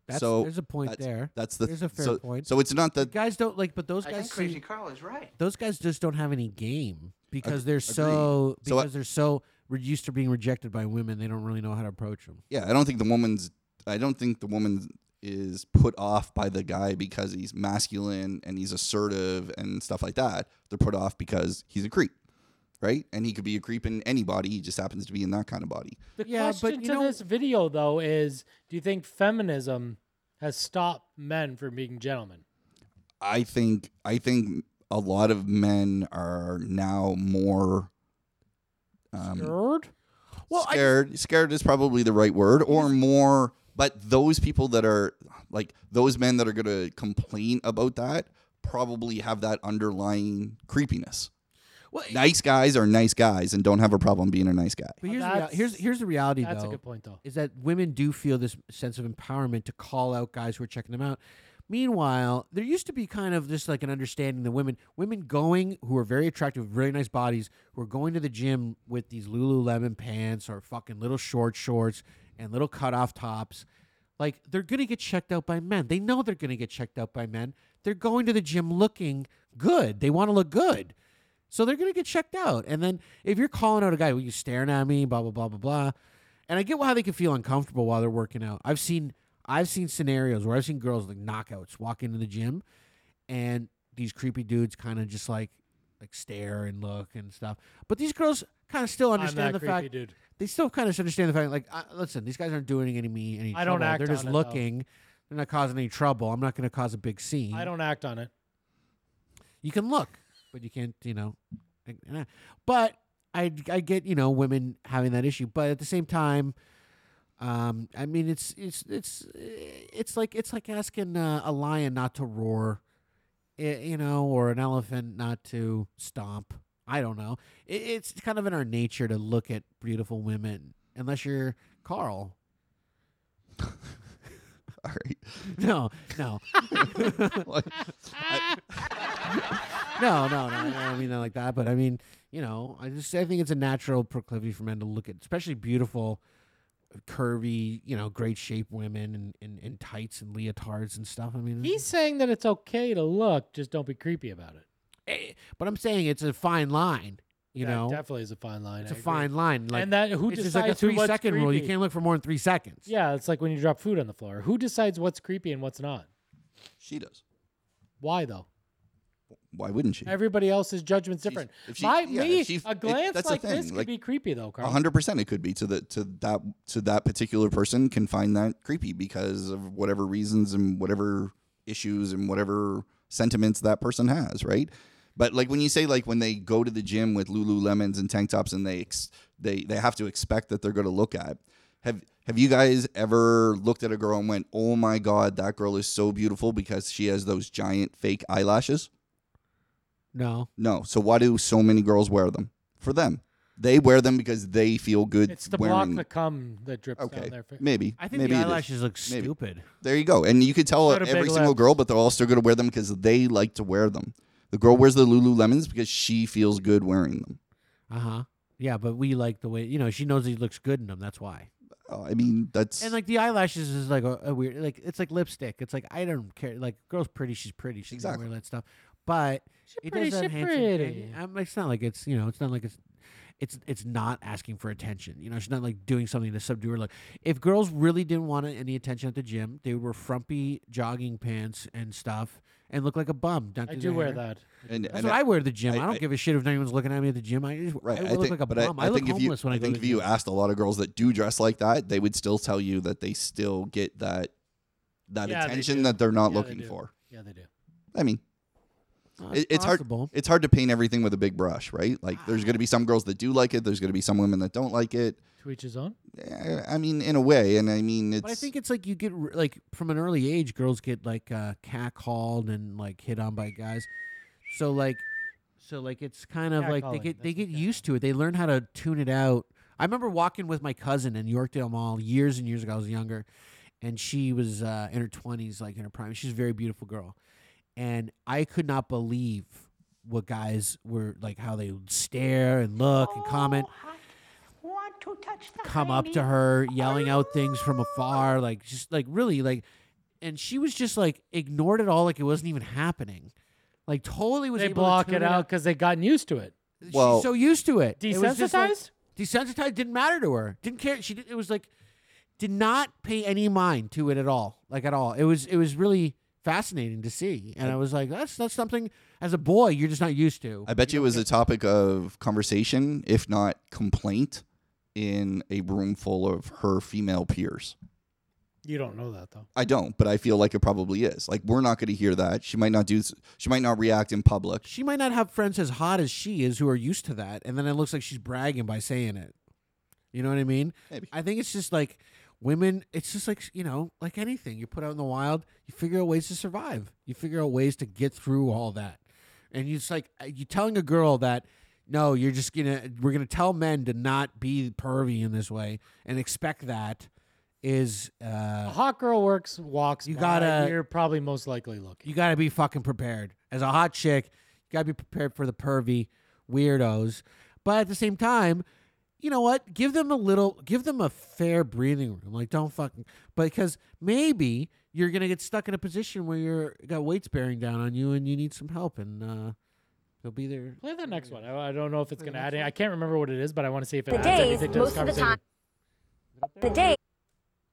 S9: That's,
S11: so
S9: there's a point
S11: that's-
S9: there.
S11: That's the
S9: There's a fair
S11: so,
S9: point.
S11: So it's not that
S9: guys don't like, but those
S2: I
S9: guys
S2: think
S9: see,
S2: Crazy Carl is right.
S9: those guys just don't have any game because they're
S11: agreed.
S9: so
S11: So I-
S9: because they're so re- used to being rejected by women. They don't really know how to approach them.
S11: Yeah, I don't think the woman's. I don't think the woman is put off by the guy because he's masculine and he's assertive and stuff like that. They're put off because he's a creep, right? And he could be a creep in any body. He just happens to be in that kind of body.
S10: The
S9: Yeah, but
S10: question
S9: you
S10: to
S9: know-
S10: this video though is, do you think feminism has stopped men from being gentlemen?
S11: I think. I think a lot of men are now more. Um,
S10: Scared?
S11: scared. scared is probably the right word, or more. But those people that are like those men that are going to complain about that probably have that underlying creepiness.
S9: Well,
S11: Nice guys are nice guys and don't have a problem being a nice guy.
S9: But
S10: Well,
S9: here's the rea-
S10: that's-
S9: here's here's the reality
S10: That's
S9: though.
S10: a good point though.
S9: is that women do feel this sense of empowerment to call out guys who are checking them out. Meanwhile, there used to be kind of just like an understanding that women women going who are very attractive, with really nice bodies, who are going to the gym with these Lululemon pants or fucking little short shorts and little cutoff tops. Like they're gonna get checked out by men. They know they're gonna get checked out by men. They're going to the gym looking good. They want to look good. So they're gonna get checked out. And then if you're calling out a guy, well, you staring at me, blah blah blah blah blah. And I get why they can feel uncomfortable while they're working out. I've seen I've seen scenarios where I've seen girls like knockouts walk into the gym, and these creepy dudes kind of just like like stare and look and stuff. But these girls kind of still
S10: I'm
S9: understand
S10: that
S9: the fact
S10: creepy dude.
S9: they still kind of understand the fact like uh, listen these guys aren't doing any me any
S10: I don't
S9: trouble.
S10: act
S9: they're just
S10: on it, though.
S9: looking they're not causing any trouble i'm not going to cause a big scene
S10: I don't act on it.
S9: you can look but you can't you know like, eh. but i i get you know women having that issue but at the same time um i mean it's it's it's eh, it's like it's like asking uh, a lion not to roar eh, you know or an elephant not to stomp i don't know it, it's kind of in our nature to look at beautiful women unless you're carl
S11: All right.
S9: no no
S11: Like,
S9: no, no, no. I don't mean that like that, but I mean, you know, I just I think it's a natural proclivity for men to look at, especially beautiful, curvy, you know, great shape women and in, in, tights and leotards and stuff. I mean,
S10: He's saying that it's okay to look, just don't be creepy about it.
S9: eh, but I'm saying it's a fine line. You
S10: That
S9: know,
S10: definitely is a fine line.
S9: it's
S10: a
S9: a fine line. Like,
S10: and that who
S9: it's
S10: decides
S9: just like a
S10: who
S9: three
S10: what's
S9: second rule. You
S10: creepy?
S9: can't look for more than three seconds.
S10: Yeah, it's like when you drop food on the floor. Who decides what's creepy and what's not?
S11: she does.
S10: Why though?
S11: Why wouldn't she?
S10: Everybody else's judgment's different.
S11: if she-
S10: My
S11: yeah,
S10: me
S11: if she-
S10: a
S11: it-
S10: glance
S11: that's the
S10: like this
S11: thing,
S10: could
S11: like,
S10: be creepy though, Carl.
S11: A hundred percent, it could be to the to that to that particular person can find that creepy because of whatever reasons and whatever issues and whatever sentiments that person has, right? But like when you say like when they go to the gym with Lululemons and tank tops and they ex- they they have to expect that they're going to look at. Have have you guys ever looked at a girl and went, "Oh my god, that girl is so beautiful because she has those giant fake eyelashes"?
S9: No.
S11: No. So why do so many girls wear them? For them. They wear them because they feel good
S10: It's to block
S11: wearing
S10: the cum that drips
S11: Okay.
S10: down their face.
S11: Maybe.
S9: I think
S11: Maybe it
S9: the
S11: is.
S9: eyelashes look
S11: Maybe.
S9: stupid.
S11: There you go. And you could tell
S10: Got a
S11: every
S10: big
S11: single
S10: lips.
S11: girl, but they're all still going to wear them because they like to wear them. The girl wears the Lululemons because she feels good wearing them.
S9: Uh huh. Yeah, but we like the way you know she knows he looks good in them. That's why.
S11: Uh, I mean, that's
S9: And like the eyelashes is like a, a weird, like it's like lipstick. It's like I don't care. Like girl's pretty, she's pretty. She's exactly.
S11: Exactly.
S9: wearing that stuff, but
S10: She's
S9: it
S10: pretty,
S9: does
S10: she's
S9: have handsome. and-
S10: pretty.
S9: I'm, it's not like it's you know, it's not like it's. It's, it's not asking for attention. You know, she's not like doing something to subdue her look. If girls really didn't want any attention at the gym, they would wear frumpy jogging pants and stuff and look like a bum. Not
S10: I
S9: the
S10: do wear
S9: hair.
S10: that.
S11: and,
S9: That's
S11: and
S9: what I, wear to the gym. I,
S11: I-
S9: don't
S11: I-
S9: give a shit if anyone's looking at me at the gym. I, just,
S11: right.
S9: I,
S11: I
S9: look
S11: think,
S9: like a
S11: but
S9: bum.
S11: I,
S9: I, look
S11: think if you,
S9: homeless when I,
S11: I
S9: go
S11: think
S9: to
S11: if
S9: the
S11: you
S9: gym.
S11: asked a lot of girls that do dress like that, they would still tell you that they still get that that
S10: Yeah, they
S11: attention
S10: do.
S11: Uh, that they're not
S10: Yeah, they
S11: looking
S10: do.
S11: for.
S10: Yeah, they do.
S11: I mean,
S9: Oh,
S11: it, it's hard.
S9: possible.
S11: It's hard to paint everything with a big brush, right? Like, there's going to be some girls that do like it. There's going to be some women that don't like it.
S10: To each his own.
S11: Eh, I mean, in a way, and I mean, it's.
S9: But I think it's like you get r- like from an early age, girls get like uh, cack hauled and like hit on by guys. So like, So like it's kind of like they
S10: Catcalling,
S9: get they
S10: that's
S9: get
S10: what
S9: used to it. They learn how to tune it out. I remember walking with my cousin in Yorkdale Mall years and years ago. I was younger, and she was uh, in her twenties, like in her prime. She's a very beautiful girl, and I could not believe what guys were like, how they would stare and look and comment,
S4: Want to touch the
S9: come up to her, yelling out things from afar, like just like really like, and she was just like ignored it all, like it wasn't even happening. Like totally was
S10: They
S9: able to
S10: block
S9: tune
S10: it out because they've gotten used to it.
S11: Well-
S9: she's so used to it. It was just like-
S10: Desensitized?
S9: desensitized didn't matter to her. Didn't care. She did, it was like did not pay any mind to it at all. Like at all. It was it was really fascinating to see, and I was like, that's that's something as a boy you're just not used to.
S11: I bet you it was a topic of conversation, if not complaint, in a room full of her female peers.
S10: You don't know that though.
S11: I don't, but I feel like it probably is. Like we're not going to hear that. She might not do. s- She might not react in public.
S9: she might not have friends as hot as she is who are used to that, and then it looks like she's bragging by saying it. You know what I mean?
S11: Maybe.
S9: I think it's just like women. It's just like you know, like anything you put out in the wild, you figure out ways to survive. You figure out ways to get through all that, and it's like uh, you telling a girl that no, you're just gonna we're gonna tell men to not be pervy in this way and expect that is
S10: A
S9: uh,
S10: hot girl works walks.
S9: You
S10: by,
S9: gotta-
S10: You're probably most likely looking.
S9: you got to be fucking prepared as a hot chick. You got to be prepared for the pervy weirdos, but at the same time. you know what? Give them a little, give them a fair breathing room. Like, don't fucking, because maybe you're gonna get stuck in a position where you're got weights bearing down on you, and you need some help, and uh, they'll be there.
S10: Play the next one. I, I don't know if it's gonna add. Any, I can't remember what it is, but I want to see if it
S12: The
S10: adds
S12: days,
S10: anything to this
S12: most of the
S10: conversation.
S12: time, the day,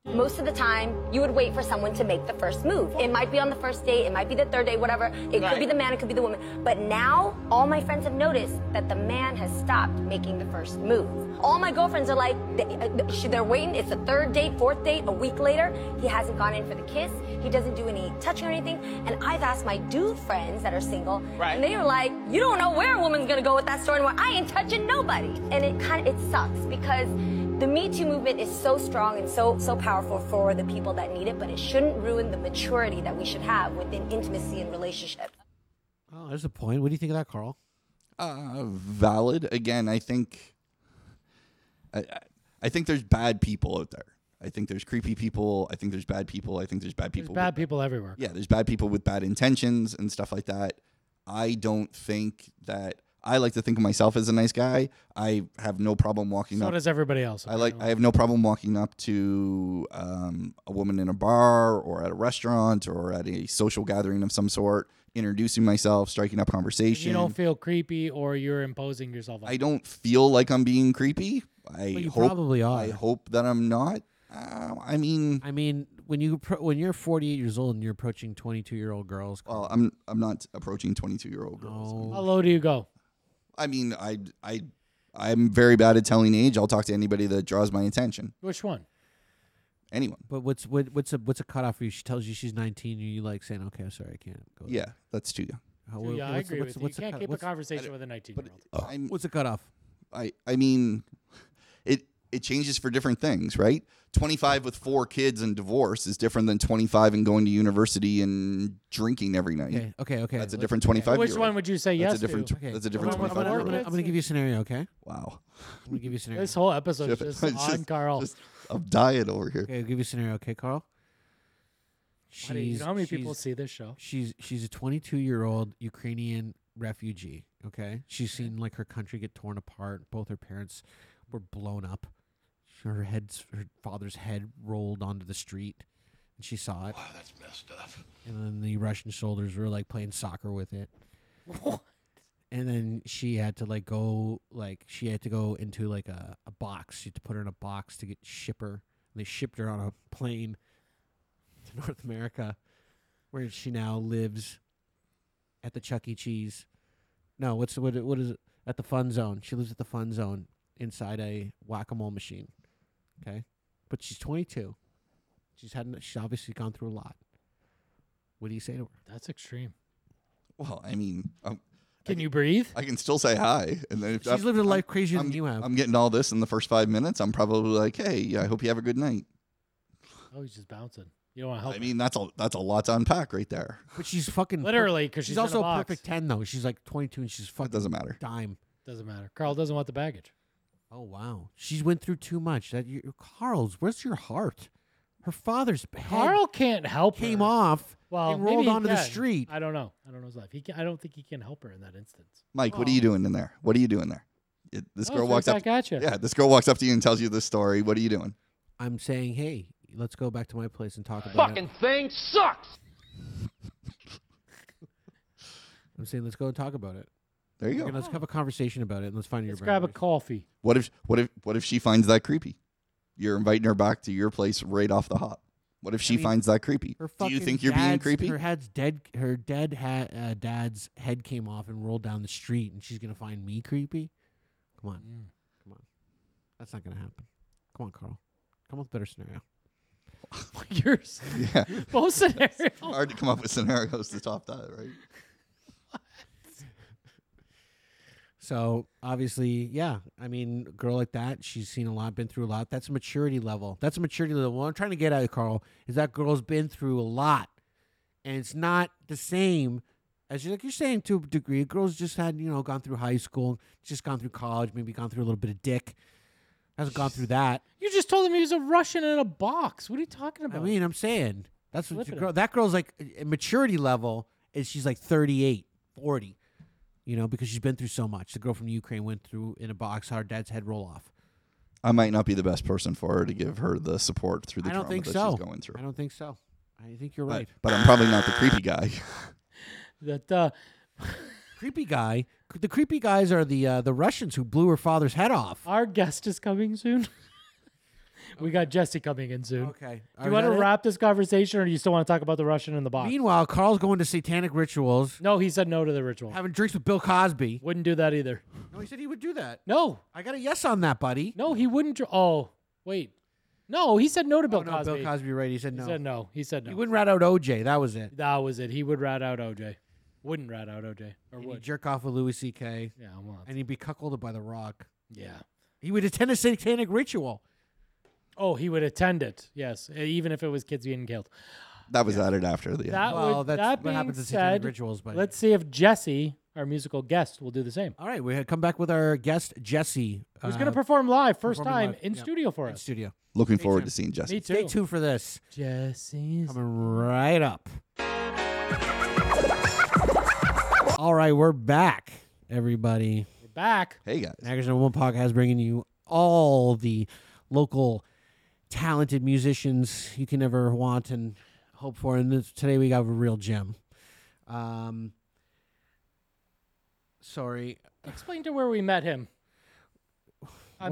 S12: most of the time, you would wait for someone to make the first move. It might be on the first date, it might be the third date, whatever. It could be the man, it could be the woman. But now, all my friends have noticed that the man has stopped making the first move. All my girlfriends are like, they- uh, sh- they're waiting. It's the third date, fourth date, a week later. He hasn't gone in for the kiss. He doesn't do any touching or anything. And I've asked my dude friends that are single, and they are like, you don't know where a woman's gonna go with that story anymore. I ain't touching nobody. And it kind of it sucks because. The Me Too movement is so strong and so so powerful for the people that need it, but it shouldn't ruin the maturity that we should have within intimacy and relationship.
S9: Oh, there's a point. What do you think of that, Carl?
S11: Uh, valid. Again, I think. I, I- I think there's bad people out there. I think there's creepy people. I think there's bad people. I think there's bad
S10: There's
S11: people.
S10: bad
S11: with-
S10: people everywhere.
S11: yeah, there's bad people with bad intentions and stuff like that. I don't think that I like to think of myself as a nice guy. I have no problem walking
S10: So
S11: up.
S10: does everybody else.
S11: I like. I
S10: apparently.
S11: have no problem walking up to um, a woman in a bar or at a restaurant or at a social gathering of some sort, introducing myself, striking up conversation.
S10: You don't feel creepy, or you're imposing yourself. on
S11: I don't feel like I'm being creepy. I
S9: But you
S11: hope,
S9: probably are.
S11: I hope that I'm not. Uh, I mean,
S9: I mean, when you appro- when you're 48 years old and you're approaching 22 year old girls,
S11: well, I'm I'm not approaching 22 year old girls.
S9: Oh.
S10: How low do you go?
S11: I mean, I I I'm very bad at telling age. I'll talk to anybody that draws my attention.
S10: Which one?
S11: Anyone.
S9: but what's what, what's a what's a cutoff for you? She tells you she's 19, and you like saying, "Okay, I'm sorry, I can't go." there."
S11: Yeah, that's too young.
S9: How-
S10: Dude,
S9: what-
S10: yeah, I
S9: Uh, what's the-
S10: agree
S9: what's
S10: with
S9: the-
S10: you.
S9: what's the
S10: you can't
S9: cut-
S10: keep a
S9: what's-
S10: conversation with a 19 year old.
S11: Oh, I'm,
S9: What's the cutoff?
S11: I I mean, it it changes for different things, right? 25 with four kids and divorce is different than 25 and going to university and drinking every night.
S9: Okay, okay, okay.
S11: That's a
S9: let's-
S11: different 25.
S10: Which one would you say
S11: that's
S10: yes
S11: a different,
S10: to?
S9: Okay.
S11: That's a different
S10: I'm gonna-
S11: 25.
S9: I'm
S10: Whatever
S9: gonna, I'm
S10: it's-
S9: gonna give you a scenario, okay?
S11: Wow.
S9: I'm gonna give you a scenario.
S10: This whole episode is
S11: It's
S10: just on Carl.
S11: just- I'm dying over here.
S9: Okay, I'll give you a scenario. Okay, Carl.
S10: Why do you- you know how many people
S9: she's-
S10: see this show?
S9: She's she's a 22 year old Ukrainian refugee. Okay, she's seen like her country get torn apart. Both her parents were blown up. Her head's her father's head rolled onto the street, and she saw it. Wow, that's messed up. And then the Russian soldiers were like playing soccer with it. And then she had to like go like she had to go into like a, a box. She had to put her in a box to get ship her. They shipped her on a plane to North America where she now lives at the Chuck E. Cheese. No, what's what? What is it? At the Fun Zone. She lives at the Fun Zone inside a whack-a-mole machine. Okay, but she's 22. She's had. n- She's obviously gone through a lot. What do you say to her?
S10: That's extreme.
S11: Well, I mean, um, i
S10: Can you breathe?
S11: I can still say hi, and then if
S9: She's lived a
S11: I'm-
S9: life crazier
S11: I'm,
S9: than you have.
S11: I'm getting all this in the first five minutes. I'm probably like, "Hey, I hope you have a good night."
S10: Oh, he's just bouncing. You don't want to help.
S11: I mean, that's a that's a lot to unpack right there.
S9: But she's fucking per-
S10: Literally, 'cause she's in a
S9: also
S10: box.
S9: perfect ten though. She's like twenty two and she's fucking
S11: doesn't matter.
S9: dime.
S10: Doesn't matter. Carl doesn't want the baggage.
S9: Oh wow, she's went through too much. That you, Carl's, where's your heart? Her father's head
S10: Carl can't help.
S9: came
S10: her.
S9: off
S10: Well,
S9: and
S10: maybe
S9: rolled
S10: he
S9: onto the
S10: can.
S9: street.
S10: I don't know. I don't know his life. He can, I don't think he can help her in that instance.
S11: Mike,
S9: Oh.
S11: what are you doing in there? What are you doing there? It- this
S10: Oh,
S11: girl
S10: thanks,
S11: walks
S10: I
S11: up.
S10: gotcha.
S11: Yeah, this girl walks up to you and tells you this story. What are you doing?
S9: I'm saying, hey, let's go back to my place and talk about it.
S5: thing sucks.
S9: I'm saying, let's go and talk about it.
S11: There you
S9: Okay,
S11: go.
S9: Let's have a conversation about it and let's find
S10: Let's
S9: your.
S10: grab a
S9: boundaries.
S10: coffee.
S11: What if what if what if she finds that creepy? You're inviting her back to your place right off the hop. What if she
S9: mean,
S11: finds that creepy?
S9: Her
S11: Do you
S9: fucking
S11: think you're being
S9: dad's-
S11: creepy?
S9: Her head's dead. Her dead ha- uh, dad's head came off and rolled down the street, and she's gonna find me creepy. Come on, come on, that's not gonna happen. Come on, Carl. Come up with a better scenario.
S10: Yours.
S11: Yeah.
S10: Both scenarios.
S11: Hard to come up with scenarios to top that, right?
S9: So obviously, yeah. I mean, a girl like that, she's seen a lot, been through a lot. That's a maturity level. That's a maturity level. What I'm trying to get at, Carl, is that girl's been through a lot, and it's not the same as you're like you're saying to a degree. A girl's just had you know gone through high school, just gone through college, maybe gone through a little bit of dick. Hasn't gone through that.
S10: You just told him he was a Russian in a box. What are you talking
S9: I
S10: about?
S9: mean, I'm saying that's what
S10: Flip
S9: the
S10: it
S9: girl,
S10: up.
S9: that girl's like uh, maturity level is she's like 38, 40, you know, because she's been through so much. The girl from Ukraine went through in a box, how her dad's head roll off.
S11: I might not be the best person for her to give her the support through the
S9: I don't
S11: trauma
S9: think
S11: that
S9: so.
S11: she's going through.
S9: I don't think so. I think you're
S11: but,
S9: right.
S11: but I'm probably not the creepy guy.
S10: that uh,
S9: creepy guy. c- The creepy guys are the uh, the Russians who blew her father's head off.
S10: our guest is coming soon. we got Jesse coming in soon.
S9: Okay.
S10: Do you want to wrap this conversation, or do you still want to talk about the Russian in the box?
S9: Meanwhile, Carl's going to satanic rituals,
S10: no, he said no to the ritual.
S9: having drinks with Bill Cosby.
S10: Wouldn't do that either.
S9: No, he said he would do that.
S10: No,
S9: I got a yes on that, buddy.
S10: no, he wouldn't. Dr- oh, wait, no, he said no to Bill
S9: Oh, no,
S10: Cosby.
S9: Bill Cosby, right? He said
S10: He
S9: no.
S10: said no. He said
S9: He
S10: no.
S9: wouldn't rat out OJ. That was it.
S10: That was it. He would rat out OJ. Wouldn't rat out OJ. Or
S9: And he'd
S10: would?
S9: jerk off with Louis C.K.
S10: yeah, I'm on.
S9: and he'd be cuckolded by The Rock.
S10: Yeah.
S9: He would attend a satanic ritual.
S10: Oh, he would attend it. Yes, e- even if it was kids being killed.
S11: That was added after the
S10: That
S9: Well,
S10: would,
S9: that's
S10: that
S9: what
S10: being
S9: happens at satanic
S10: said,
S9: rituals, but-
S10: let's see if Jesse, our musical guest, will do the same.
S9: All right, we had come back with our guest Jesse.
S10: Who's
S9: uh,
S10: going to perform live first
S9: performing
S10: time
S9: live,
S10: in
S9: yeah.
S10: studio for
S9: in
S10: us?
S9: studio?
S11: Looking
S9: Stay
S11: forward
S9: tuned.
S11: to seeing Jesse.
S10: Me too.
S9: Stay tuned for this.
S10: Jesse's.
S9: Coming right up. All right, we're back, everybody.
S10: We're back.
S11: Hey guys.
S9: Naggers Number One Podcast bringing you all the local talented musicians you can ever want and hope for. And this, today we got a real gem. Um, sorry,
S10: Explain to where we met him. I'm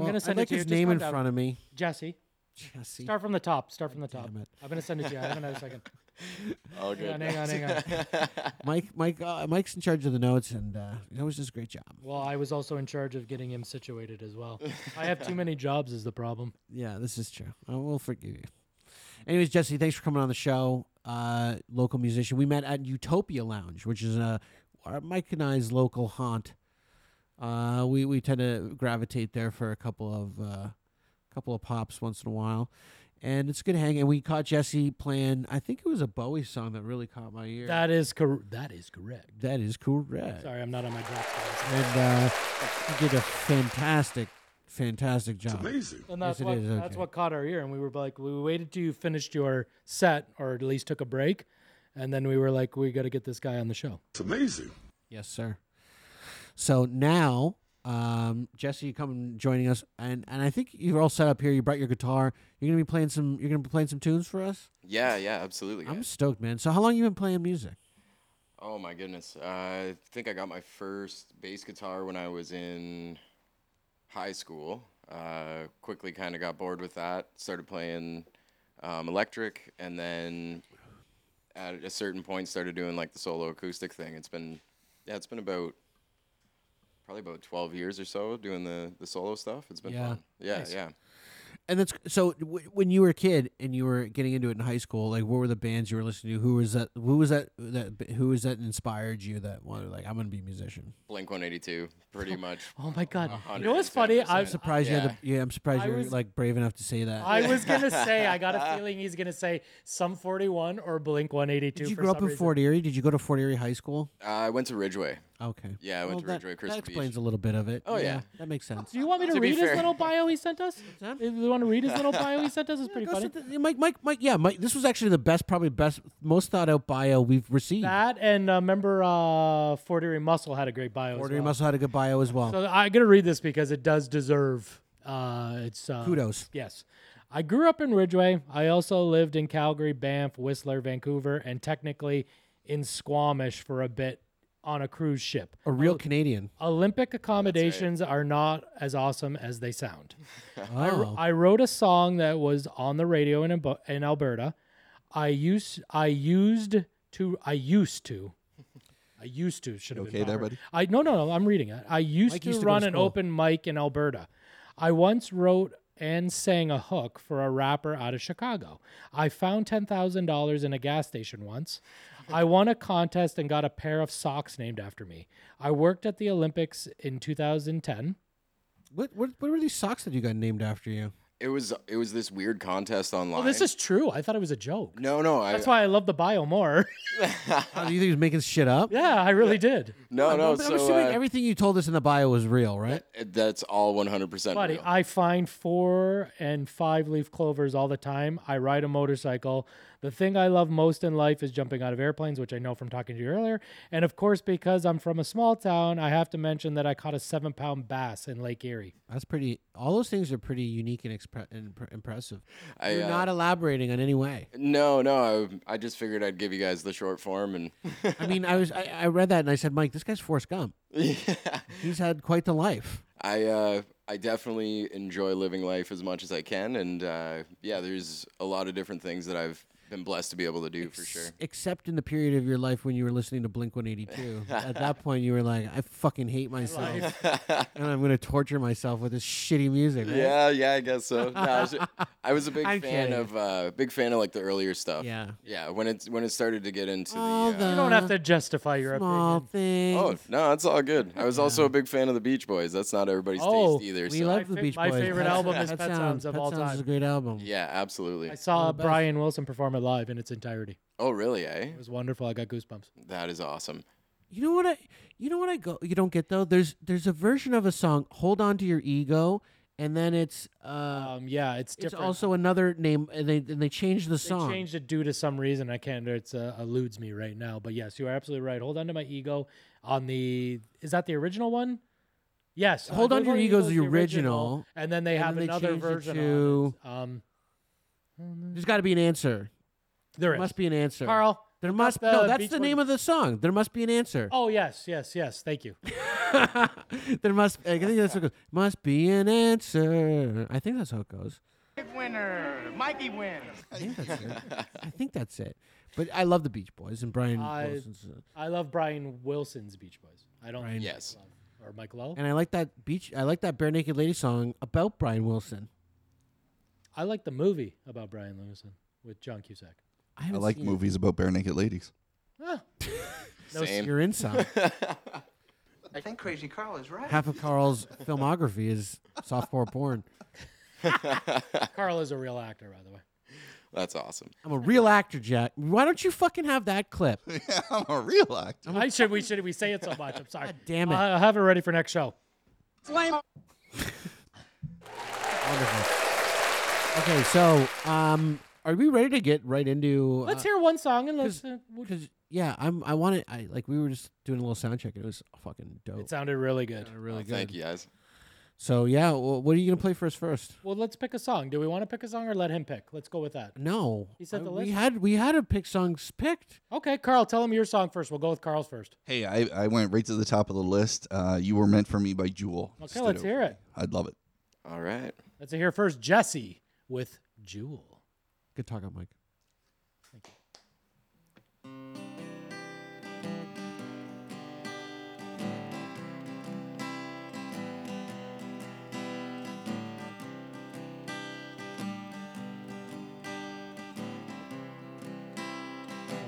S9: Well,
S10: going to
S9: I'd
S10: send
S9: like
S10: it to
S9: his
S10: you. Just
S9: name
S10: one
S9: in
S10: down.
S9: front of me.
S10: Jesse.
S9: Jesse.
S10: Start from the top. Start from the top.
S9: Damn it.
S10: I'm going to send it to you. I have another second.
S6: Oh,
S10: Hang on,
S6: good.
S10: hang on, hang on.
S9: Mike, Mike, uh, Mike's in charge of the notes, and uh, he always does a great job.
S10: Well, I was also in charge of getting him situated as well. I have too many jobs is the problem.
S9: Yeah, this is true. I will forgive you. Anyways, Jesse, thanks for coming on the show. Uh, local musician. We met at Utopia Lounge, which is a our Mike and I's local haunt. Uh, we we tend to gravitate there for a couple of uh, couple of pops once in a while, and it's a good hang. And we caught Jesse playing. I think it was a Bowie song that really caught my ear.
S10: That is cor- that is correct.
S9: that is correct.
S10: Sorry, I'm not on my job.
S9: And uh, he did a fantastic, fantastic job.
S3: Amazing.
S10: And that's
S9: Yes, it
S10: what
S9: is,
S10: that's
S9: okay.
S10: what caught our ear, and we were like, we waited till you finished your set, or at least took a break, and then we were like, we got to get this guy on the show.
S3: It's amazing.
S9: Yes, sir. So now, um, Jesse, you come and joining us, and and I think you're all set up here. You brought your guitar. You're gonna be playing some. You're gonna be playing some tunes for us.
S13: Yeah, yeah, absolutely.
S9: I'm
S13: guys.
S9: stoked, man. So how long you been playing music?
S13: Oh my goodness. I think I got my first bass guitar when I was in high school. Uh, quickly kind of got bored with that, started playing um, electric, and then at a certain point started doing like the solo acoustic thing. It's been, yeah, it's been about probably about 12 years or so doing the, the solo stuff. It's been
S9: Yeah.
S13: fun. Yeah,
S9: Nice.
S13: yeah.
S9: And that's so. W- when you were a kid and you were getting into it in high school, like what were the bands you were listening to? Who was that? Who was that? That who was that inspired you? That wanted like I'm gonna be a musician.
S13: Blink 182, pretty much.
S10: Oh my god! You know what's funny?
S9: I'm surprised you. Had
S13: Yeah.
S9: the, yeah, I'm surprised
S10: I
S9: you were
S10: was-
S9: like brave enough to say that.
S10: I was gonna say I got a feeling he's gonna say some 41 or Blink 182.
S9: Did you
S10: for
S9: grow
S10: some
S9: up in
S10: reason.
S9: Fort Erie? Did you go to Fort Erie High School?
S13: Uh, I went to Ridgeway.
S9: Okay.
S13: Yeah, I went
S9: Well,
S13: to
S9: that-
S13: Ridgeway.
S9: That
S13: Crystal Beach.
S9: explains a little bit of it.
S13: Oh, yeah.
S9: that makes sense.
S10: Do you want me to,
S13: To be
S10: read his
S13: fair-
S10: little bio he sent us? Do you want to read his little bio he sent us? It's pretty
S9: Go
S10: funny.
S9: sit th- Mike, Mike, Mike. Yeah, Mike. This was actually the best, probably best, most thought out bio we've received.
S10: That and uh, remember, uh, Fort Erie Muscle had a great bio.
S9: Fort
S10: as
S9: Erie
S10: well.
S9: Muscle had a good bio as well.
S10: So I'm gonna read this because it does deserve uh, its uh,
S9: Kudos.
S10: Yes, I grew up in Ridgeway. I also lived in Calgary, Banff, Whistler, Vancouver, and technically in Squamish for a bit on a cruise ship.
S9: a real Canadian.
S10: Olympic accommodations are not as awesome as they sound. I, wr-
S9: Oh.
S10: I wrote a song that was on the radio in Abo- in Alberta. I used I used to I used to I used to should have
S11: okay
S10: been
S11: there,
S10: proper.
S11: buddy?
S10: I no no no I'm reading it. I used
S9: Mike
S10: to
S9: used to go to
S10: run an
S9: school.
S10: open mic in Alberta. I once wrote and sang a hook for a rapper out of Chicago. I found ten thousand dollars in a gas station once. I won a contest and got a pair of socks named after me. I worked at the Olympics in 2010.
S9: What, what what were these socks that you got named after you?
S13: It was it was this weird contest
S9: Oh,
S13: online.
S10: Well, this is true. I thought it was a joke.
S13: no, no. I,
S10: That's why I love the bio more.
S9: Oh, do you think he was making shit up?
S10: yeah, I really did.
S13: no, no.
S9: I'm,
S13: so
S9: I'm assuming
S13: uh,
S9: everything you told us in the bio was real, right?
S13: that's all 100 percent
S10: Buddy, I find four and five leaf clovers all the time. I ride a motorcycle. The thing I love most in life is jumping out of airplanes, which I know from talking to you earlier. And of course, because I'm from a small town, I have to mention that I caught a seven pound bass in Lake Erie.
S9: That's pretty. All those things are pretty unique and, expre- and pr- impressive.
S13: I,
S9: You're
S13: uh,
S9: not elaborating in any way.
S13: No, no. I, I just figured I'd give you guys the short form, and
S9: I mean, I was I, I read that and I said, Mike, this guy's Forrest Gump. He's had quite the life.
S13: I uh, I definitely enjoy living life as much as I can, and uh, yeah, there's a lot of different things that I've been blessed to be able to do for sure.
S9: Except in the period of your life when you were listening to Blink 182. At that point, you were like, I fucking hate myself. and I'm going to torture myself with this shitty music. right?
S13: Yeah, yeah, I guess so. No, I, was, I was a big
S9: I'm
S13: fan
S9: kidding.
S13: of uh, big fan of like the earlier stuff.
S9: Yeah.
S13: yeah. When it's when it started to get into
S9: All
S13: the, uh,
S10: You don't have to justify your
S9: Small
S10: opinion.
S9: thing.
S13: oh no, that's all good. I was also a big fan of the Beach Boys. That's not everybody's
S10: Oh,
S13: taste either.
S9: we
S13: so.
S9: love
S10: My
S9: the
S10: fa-
S9: Beach
S10: my
S9: Boys.
S10: favorite
S9: Pet
S10: album
S9: Sounds-
S10: is Pet Sounds of
S9: Pet
S10: all
S9: Sounds is
S10: time.
S9: a great album.
S13: yeah, absolutely.
S10: I saw
S9: the best.
S10: Brian Wilson perform it live in its entirety.
S13: Oh really? Eh?
S10: It was wonderful. I got goosebumps.
S9: Oh.
S13: That is awesome.
S9: You know what I? You know what I go? You don't get though. There's there's a version of a song, "Hold On to Your Ego," and then it's uh,
S10: Um, yeah, it's
S9: it's
S10: different.
S9: also another name, and they and they change the
S10: They
S9: song.
S10: changed it due to some reason. I can't. It's uh, eludes me right now. But yes, you are absolutely right. Hold on to my ego. On the is that the original one? Yes. I
S9: Hold On
S10: believe
S9: to Your
S10: Hold
S9: Ego is
S10: Ego's
S9: the original,
S10: and then they
S9: and
S10: have
S9: then they
S10: another
S9: changed it
S10: version.
S9: to-
S10: on it. Um,
S9: There's got to be an answer.
S10: there
S9: There
S10: is.
S9: must be an answer,
S10: Carl.
S9: There
S10: look up
S9: must no.
S10: the
S9: That's
S10: Beach
S9: the
S10: Boys-
S9: name of the song. There must be an answer.
S10: Oh yes, yes, yes. Thank you.
S9: there must. I think that's how it goes. Must be an answer. I think that's how it goes.
S5: Winner. Mikey wins.
S9: I think that's it. I think that's it. But I love the Beach Boys and Brian.
S10: I-
S9: Wilson's, uh,
S10: I love Brian Wilson's Beach Boys. I don't.
S9: Brian-
S13: Yes.
S10: Or Mike Lowe.
S9: And I like that beach. I like that bare naked lady song about Brian Wilson.
S10: I like the movie about Brian Wilson with John Cusack.
S9: haven't
S11: I like
S9: seen it.
S11: movies about bare naked ladies.
S10: Ah,
S13: Same.
S9: You're inside.
S2: I think Crazy Carl is right.
S9: Half of Carl's filmography is softcore porn.
S10: Carl is a real actor, by the way.
S13: That's awesome.
S9: I'm a real actor, Jack. Why don't you fucking have that clip?
S11: I'm a real actor.
S10: I should we should we say it so much. I'm sorry.
S9: God damn it.
S10: I'll have it ready for next show.
S9: Wonderful. Okay, so um, are we ready to get right into?
S10: Let's hear one song and let's. Uh, we'll-
S9: Because yeah, I'm. I want to. I like. We were just doing a little sound check. and It was fucking dope.
S10: it sounded really good.
S9: Sounded really good.
S13: Oh, Thank you guys.
S9: So yeah, well, what are you gonna play for us first?
S10: Well, let's pick a song. Do we want to pick a song or let him pick? Let's go with that.
S9: No,
S10: He said
S9: I-
S10: the
S9: we
S10: list.
S9: had we had a pick songs picked.
S10: Okay, Carl, tell him your song first. We'll go with Carl's first.
S11: Hey, I, I went right to the top of the list. Uh, you were meant for me by Jewel.
S10: Okay,
S11: Stood
S10: let's
S11: out.
S10: hear it.
S11: I'd love it.
S13: All right.
S10: Let's hear first Jesse with Jewel.
S9: Good talk, out, Mike.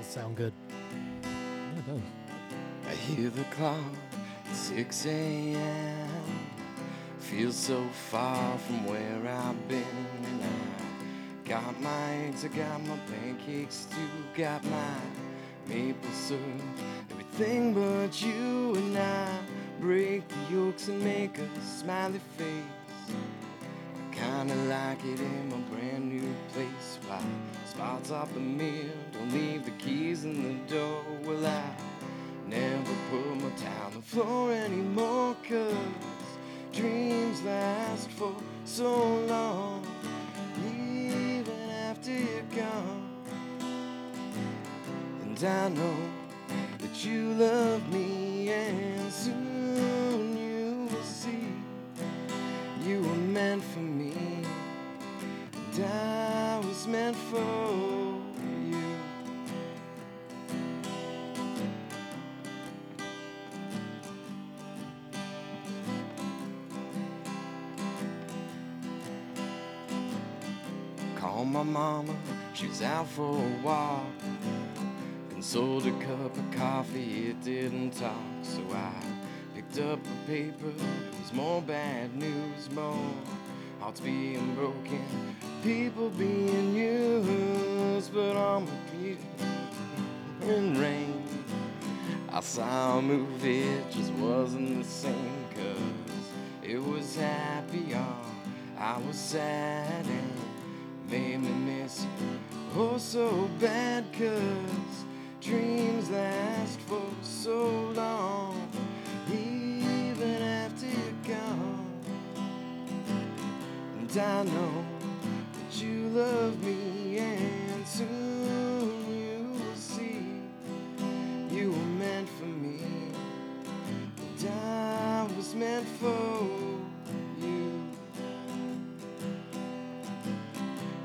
S10: sound good.
S13: I hear the clock, 6 a.m. Feel so far from where I've been. And I got my eggs, I got my pancakes too, got my maple syrup, everything but you and I. Break the yolks and make a smiley face. I kinda like it in my brand new place. Why? Spots off the mirror, don't leave the keys in the door. Will I? Never put my tie on the floor anymore, cause dreams last for so long, even after you're gone. And I know that you love me, and soon you will see you were meant for me, and I was meant for you. Called my mama, she was out for a walk. Consoled a cup of coffee, it didn't talk. So I picked up a paper, it was more bad news, more hearts being broken, people being used. But on my feet, and rain, I saw a movie, it just wasn't the same. Cause it was happier, I was sad and made me miss you oh so bad cause dreams last for so long even after you're gone and i know that you love me and soon you will see you were meant for me and i was meant for you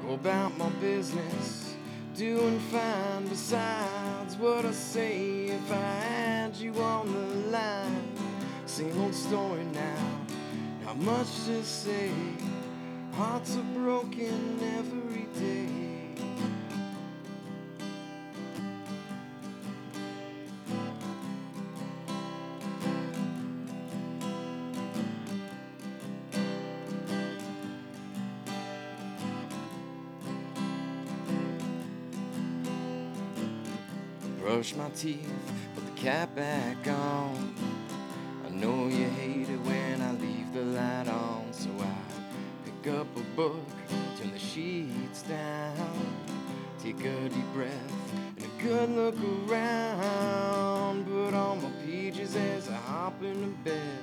S13: go about my business, doing fine. Besides what I say, if I had you on the line, same old story now. Not much to say. Hearts are broken every day. Brush my teeth, put the cap back on. I know you hate it when I leave the light on, so I pick up a book, turn the sheets down, take a deep breath and a good look around. Put on my PJs as I hop into bed.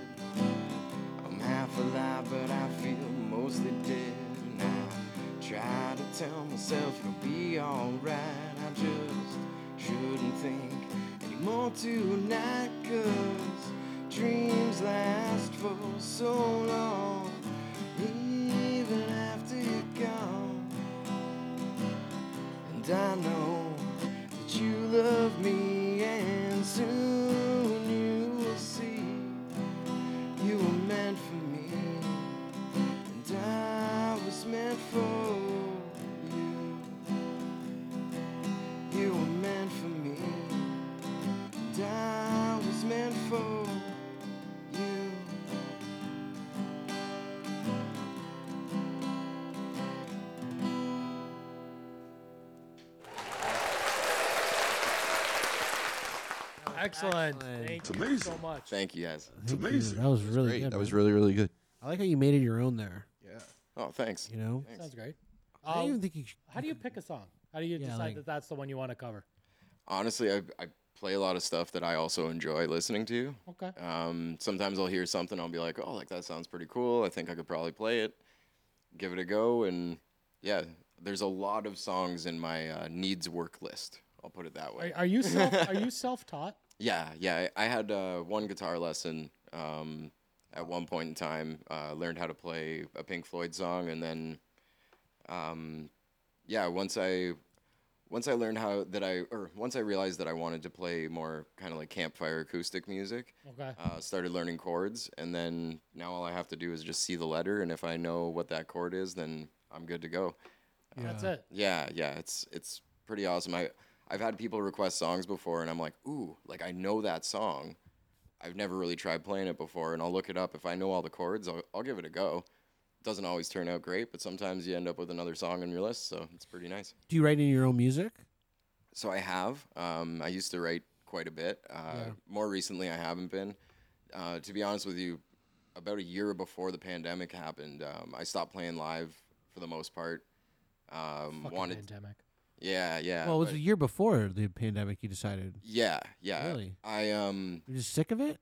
S13: I'm half alive, but I feel mostly dead. And I try to tell myself it'll be alright. I just shouldn't think anymore tonight, cause dreams last for so long, even after you're gone. And I know that you love me, and soon you will see you were meant for me, and I was meant for you. You were meant for me, and I was meant for you.
S10: Excellent. Thank
S9: It's
S10: you
S9: amazing.
S10: so much.
S13: Thank you guys.
S9: It's amazing. That was really
S11: great.
S9: good.
S11: That was
S9: man.
S11: really, really good.
S9: I like how you made it your own there.
S13: Yeah. Oh, thanks.
S9: You know?
S13: Thanks.
S10: Sounds great.
S9: I don't
S10: Um,
S9: even think you should-
S10: How do you pick a song? How do you
S9: Yeah,
S10: decide
S9: like-
S10: that that's the one you want to cover?
S13: Honestly, I, I play a lot of stuff that I also enjoy listening to.
S10: Okay.
S13: Um, sometimes I'll hear something, I'll be like, oh, like that sounds pretty cool. I think I could probably play it, give it a go. And yeah, there's a lot of songs in my uh, needs work list. I'll put it that
S10: Are,
S13: way.
S10: are you self, are you self-taught?
S13: Yeah, yeah. I I had uh, one guitar lesson um, at one point in time. Uh, learned how to play a Pink Floyd song, and then, um, yeah, once I once I learned how that I or once I realized that I wanted to play more kind of like campfire acoustic music.
S10: Okay.
S13: Uh, started learning chords, and then now all I have to do is just see the letter, and if I know what that chord uh, is, then I'm good to go.
S10: That's it.
S13: Uh, Yeah, yeah, it's it's pretty awesome. I I've had people request songs before, and I'm like, ooh, like I know that song. I've never really tried playing it before, and I'll look it up. If I know all the chords, I'll, I'll give it a go. Doesn't always turn out great, but sometimes you end up with another song on your list, so it's pretty nice.
S9: Do you write any of your own music?
S13: So I have. Um, I used to write quite a bit. Uh,
S9: Yeah.
S13: More recently, I haven't been. Uh, to be honest with you, about a year before the pandemic happened, um, I stopped playing live for the most part. Um,
S10: Fucking
S13: wanted
S10: pandemic.
S13: Yeah, yeah.
S9: well, it was
S13: but-
S9: a year before the pandemic. You decided
S13: yeah, yeah.
S9: Really?
S13: I um.
S9: you're just sick of it.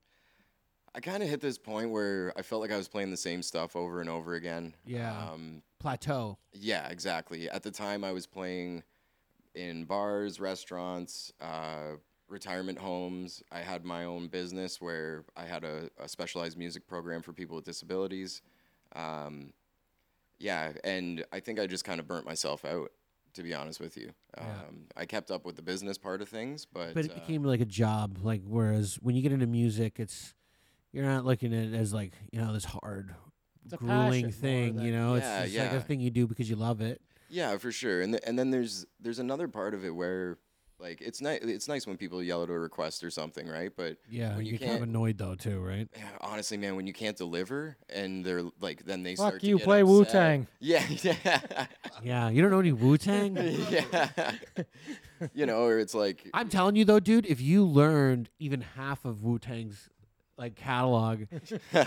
S13: I kind of hit this point where I felt like I was playing the same stuff over and over again.
S9: Yeah.
S13: Um,
S9: Plateau.
S13: yeah, exactly. At the time, I was playing in bars, restaurants, uh, retirement homes. I had my own business where I had a, a specialized music program for people with disabilities. Um, yeah, and I think I just kind of burnt myself out, to be honest with you. Um,
S9: Yeah.
S13: I kept up with the business part of things, but,
S9: but it
S13: uh,
S9: became like a job like whereas when you get into music it's you're not looking at it as like you know this hard
S10: It's a passion
S9: grueling
S10: more
S9: thing
S10: than-
S9: you know
S13: Yeah,
S9: it's just like
S13: yeah.
S9: a thing you do because you love it
S13: Yeah, for sure. And th- and then there's there's another part of it where like it's nice it's nice when people yell at a request or something, right? But
S9: yeah
S13: when
S9: you,
S13: you,
S9: get kind
S13: can't
S9: of annoyed though too right
S13: Yeah, honestly, man, when you can't deliver and they're like then they
S10: Fuck
S13: start to
S10: you,
S13: get
S10: play
S13: upset.
S10: Wu-Tang.
S13: Yeah, yeah.
S9: yeah you don't know any wu-tang
S13: yeah. you know, or it's like
S9: i'm telling you though dude if you learned even half of wu-tang's like catalog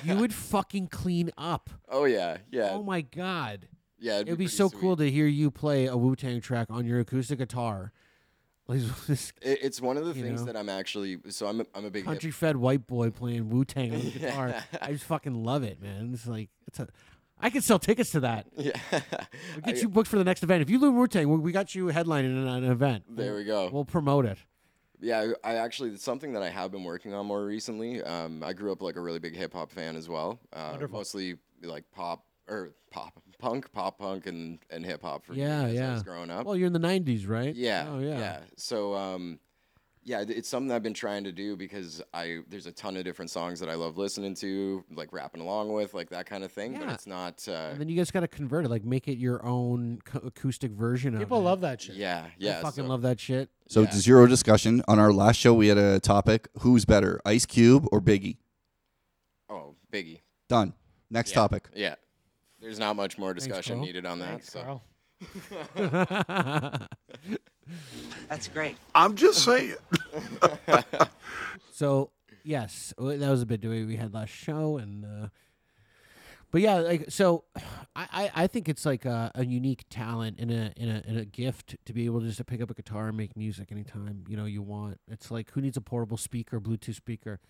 S9: you would fucking clean up
S13: oh yeah, yeah.
S9: oh my god
S13: yeah, it'd
S9: It'd be
S13: pretty
S9: so
S13: sweet.
S9: cool to hear you play a Wu Tang track on your acoustic guitar. Like this
S13: It, it's one of the
S9: you
S13: things
S9: know?
S13: that I'm actually so I'm a, I'm a big hip-
S9: country fed white boy playing Wu Tang on the guitar. I just fucking love it, man. It's like it's a. I could sell tickets to that.
S13: Yeah.
S9: We'll
S13: I-
S9: get you booked for the next event. If you learn Wu Tang, we, we got you headlining in an event.
S13: There
S9: We'll-
S13: we go.
S9: We'll promote it.
S13: Yeah, I I actually it's something that I have been working on more recently. Um, I grew up like a really big hip hop fan as well. Uh,
S10: Wonderful.
S13: Mostly like pop or pop punk, pop punk, and and hip hop for
S9: Yeah,
S13: me as I
S9: yeah.
S13: was growing up.
S9: Well, you're in the '90s, right?
S13: Yeah.
S9: Oh yeah.
S13: So um yeah, it- it's something I've been trying to do because I there's a ton of different songs that I love listening to, like rapping along with, like that kind of thing. But
S9: Yeah.
S13: it's not. Uh,
S9: And then you just gotta convert it, like make it your own co- acoustic version of
S10: People
S9: it.
S10: love that shit.
S13: yeah,
S9: I
S13: yeah.
S9: fucking
S13: so-
S9: love that shit.
S11: So
S13: Yeah.
S11: to zero discussion on our last show, we had a topic: who's better, Ice Cube or Biggie?
S13: Oh, Biggie.
S11: Done. Next
S13: Yeah,
S11: topic.
S13: Yeah. There's not much more
S9: Thanks,
S13: discussion
S9: Carl.
S13: needed on that.
S10: Thanks,
S13: so.
S10: Carl.
S2: That's great.
S3: I'm just saying.
S9: So yes, w- that was a bit we we had last show, and uh, but yeah, like so, I, I, I think it's like a, a unique talent and a in a in a gift to be able just to pick up a guitar and make music anytime you know you want. It's like who needs a portable speaker, Bluetooth speaker?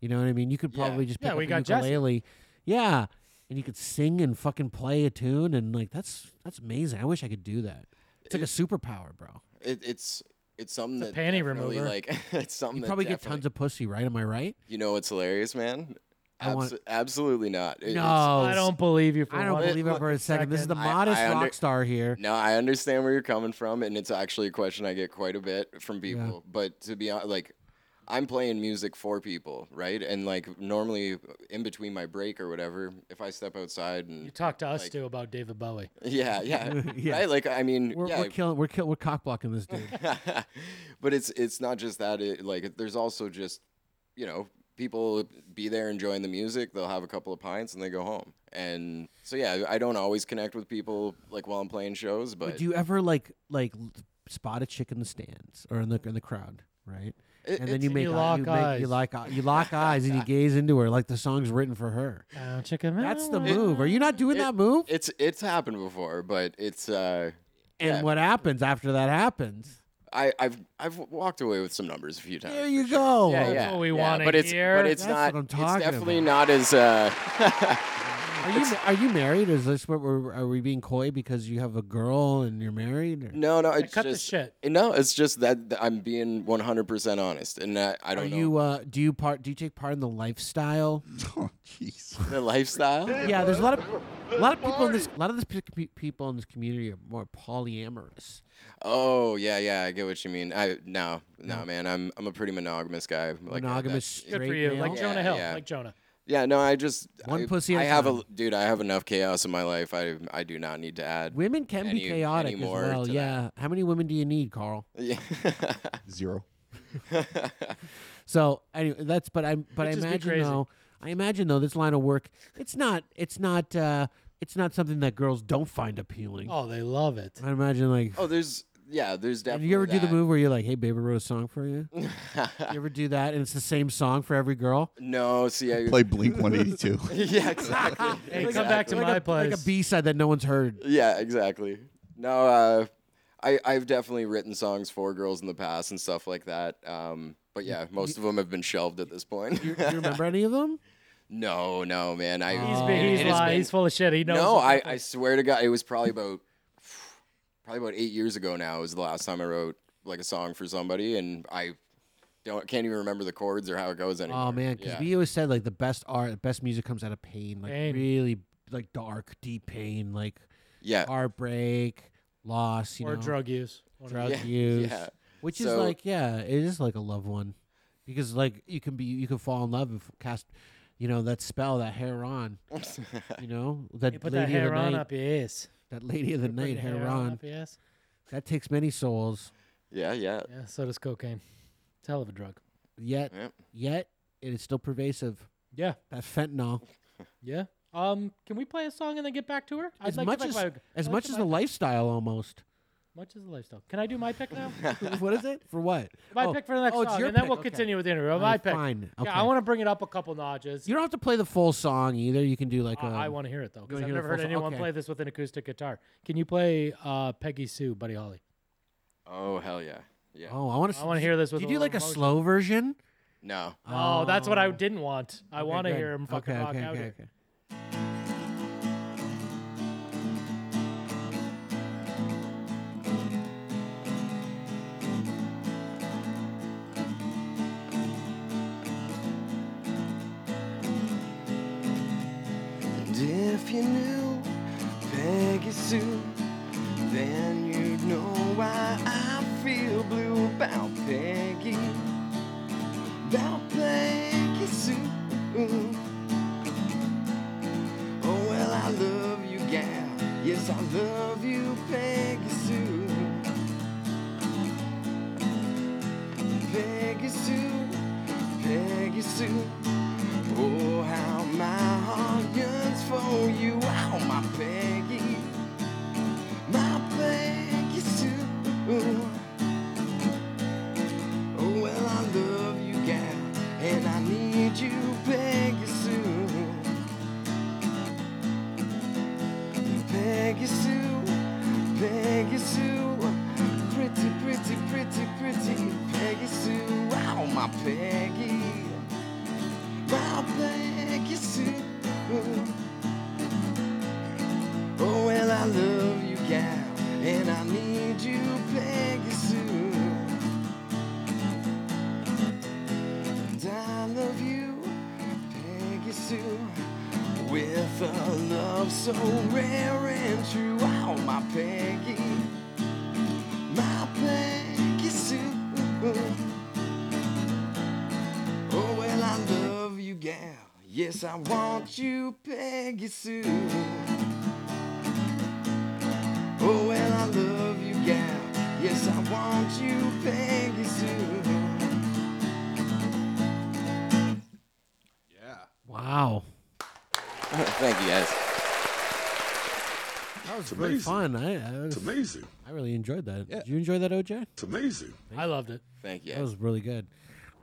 S9: You know what I mean? You could
S13: Yeah.
S9: probably just pick
S10: Yeah,
S9: up
S10: we
S9: a
S10: got Jesse.
S9: ukulele, yeah, and you could sing and fucking play a tune, and like that's that's amazing. I wish I could do that. It's like a superpower, bro.
S13: It, it's it's something
S10: It's a
S13: that
S10: panty
S13: definitely,
S10: remover.
S13: Like it's something
S9: You
S13: that
S9: probably get tons
S13: definitely-
S9: of pussy, right? Am I right?
S13: You know what's hilarious, man?
S9: I want-
S13: Abso- absolutely not. It- it's-
S9: No.
S10: I don't believe you for
S9: I don't
S10: one
S9: believe it for a second. This is the
S13: I-
S9: modest
S13: I under-
S9: rock star here.
S13: no, I understand where you're coming from, and it's actually a question I get quite a bit from people. But to be honest, like, I'm playing music for people, right? And like normally, in between my break or whatever, if I step outside and
S10: You talk to us
S13: Mm. like-
S10: too about David Bowie.
S13: yeah, yeah,
S9: Yeah.
S13: right, like I mean,
S9: We're,
S13: yeah,
S9: we're killing. We're kill, We're cock blocking this dude.
S13: but it's it's not just that. It, like there's also just you know people be there enjoying the music. They'll have a couple of pints and they go home. And so yeah, I don't always connect with people like while I'm playing shows, but,
S9: But do you ever like like l- spot a chick in the stands or in the in the crowd, right?
S13: It-
S9: and then
S13: it's-
S9: you make
S10: You
S9: eye-
S10: lock
S9: you, Make, you
S10: eyes.
S9: lock eye- you lock eyes and you gaze into her like the song's written for her.
S10: Uh, chicken.
S9: That's the
S10: It-
S9: move. Are you not doing
S13: it-
S9: that move?
S13: it's it's happened before, but it's uh.
S9: and
S13: yeah.
S9: what happens after that happens?
S13: I, I've I've walked away with some numbers a few times.
S9: There
S13: for
S9: you
S13: sure.
S9: go.
S10: Yeah, yeah. That's what we wanna
S13: but it's
S10: hear.
S13: but it's
S9: That's
S13: not.
S9: what I'm
S13: it's
S9: talking
S13: definitely
S9: about.
S13: not as uh.
S9: Are you ma- are you married? Is this what we're are we being coy because you have a girl and you're married? or-
S13: no, no. It's
S10: cut the
S13: just
S10: shit.
S13: No, it's just that that I'm being 100 percent honest, and I, I
S9: Are
S13: don't know
S9: you uh, do you part do you take part in the lifestyle?
S11: Oh, jeez.
S13: the lifestyle.
S9: yeah, there's a lot of a lot of people in this a lot of this pe- pe- people in this community are more polyamorous.
S13: Oh yeah, yeah, I get what you mean. I no, no, man, I'm I'm a pretty monogamous guy. Like, uh,
S9: monogamous
S13: that's-
S9: straight
S10: Good for you.
S9: male.
S10: Like
S13: Yeah,
S10: Jonah Hill.
S13: yeah.
S10: Like Jonah.
S13: Yeah, no, I just
S9: One
S13: I,
S9: pussy at
S13: I
S9: a
S13: have
S9: time.
S13: a dude. I have enough chaos in my life. I I do not need to add.
S9: Women can
S13: any-
S9: be chaotic as
S13: anymore
S9: well.
S13: to
S9: Yeah. How many women do you need, Carl?
S13: Yeah.
S11: Zero.
S9: so anyway, that's but I but I
S10: It'd just be
S9: imagine
S10: crazy.
S9: though I imagine though this line of work it's not it's not uh it's not something that girls don't find appealing.
S10: Oh, they love it.
S9: I imagine like
S13: Oh, there's yeah, there's
S9: Did
S13: definitely.
S9: you ever do the
S13: that.
S9: move where you're like, "Hey, babe, I wrote a song for you." you ever do that, and it's the same song for every girl?
S13: No, see, I
S11: Play Blink 182.
S13: yeah, exactly.
S10: Hey, come back to
S13: Exactly.
S10: my place.
S9: Like a B side that no one's heard.
S13: Yeah, exactly. No, uh, I I've definitely written songs for girls in the past and stuff like that. Um, but yeah, most of them have been shelved at this point.
S9: Do you remember any of them?
S13: no, no, man.
S9: Oh,
S13: I
S10: He's,
S13: it-
S10: been,
S13: it
S10: he's,
S13: has
S10: lying.
S13: been-
S10: he's full of shit. He knows.
S13: no, I,
S10: nothing.
S13: I swear to God, it was probably about probably about eight years ago now is the last time I wrote like a song for somebody, and I don't can't even remember the chords or how it goes anymore.
S9: Oh man, because
S13: yeah.
S9: we always said like the best art, the best music comes out of pain, like
S10: Pain.
S9: really like dark, deep pain, like
S13: yeah,
S9: heartbreak, loss, you
S10: or
S9: know,
S10: drug use. One of
S9: drug
S13: Yeah,
S9: use,
S13: yeah.
S9: which is
S13: So-
S9: like yeah, it is like a loved one, because like you can be you can fall in love and f- cast, you know that spell that hair on, you know that
S10: You put that
S9: lady of
S10: hair
S9: the
S10: on
S9: night,
S10: up your ass.
S9: that lady of the
S10: Put
S9: night
S10: the
S9: hair
S10: on
S9: on,
S10: up your ass.
S9: that takes many souls,
S13: yeah, yeah.
S10: Yeah, so does cocaine. It's a hell of a drug.
S9: yet
S13: Yep.
S9: yet it is still pervasive.
S10: Yeah,
S9: That fentanyl,
S10: yeah. Um, can we play a song and then get back to her?
S9: as much
S10: to
S9: as
S10: my- I'd
S9: as
S10: like
S9: much
S10: to
S9: as
S10: my
S9: the
S10: pick.
S9: lifestyle almost.
S10: Much as the lifestyle. Can I do my pick now?
S9: what is it? For what?
S10: My pick for the next
S9: oh, it's
S10: song,
S9: your
S10: and then
S9: pick.
S10: we'll
S9: Okay.
S10: continue with the interview.
S9: All
S10: My
S9: right,
S10: pick.
S9: Fine. Okay.
S10: Yeah, I want to bring it up a couple notches.
S9: You don't have to play the full song either. You can do like a.
S10: I, want to hear it though,
S9: wanna
S10: because I've
S9: hear the
S10: never heard
S9: full song?
S10: anyone
S9: Okay.
S10: play this with an acoustic guitar. Can you play uh, "Peggy Sue" Buddy Holly?
S13: Oh hell yeah, yeah.
S9: Oh, I want to.
S10: I wanna hear this with
S9: You
S10: a
S9: do like a
S10: little
S9: slow version.
S13: No,
S10: No, that's what I
S9: Oh.
S10: didn't want. I
S9: Okay,
S10: want to
S9: good.
S10: hear him fucking
S9: okay,
S10: rock
S9: okay,
S10: out
S9: okay,
S10: here.
S9: okay.
S2: And if you knew Peggy Sue, then you'd know why I feel blue about Peggy. About Peggy Sue. Oh, well, I love you, gal. Yes, I love you, Peggy Sue. Peggy Sue, Peggy Sue. Oh, how my heart yearns for you. Oh, my Peggy, my Peggy Sue. Oh, well, I love you, gal, and I need you, Peggy Sue. Peggy Sue, Peggy Sue. Pretty, pretty, pretty, pretty Peggy Sue. Oh, my Peggy. I'll beg you soon. Oh, well, I love you, gal, and I need you, beg you soon. And I love you, beg you soon. With a love so rare and true, oh my Peggy, my Peggy Sue. Oh, well, I love you, gal. Yes, I want you, Peggy Sue. Oh, well, I love you, gal. Yes, I want you, Peggy Sue.
S9: Wow,
S13: thank you guys.
S9: that was really fun. I I,
S3: It's
S9: was-
S3: amazing.
S9: I really enjoyed that. Did you enjoy that, OJ?
S3: It's amazing.
S10: I loved it.
S13: Thank you.
S9: That was really good.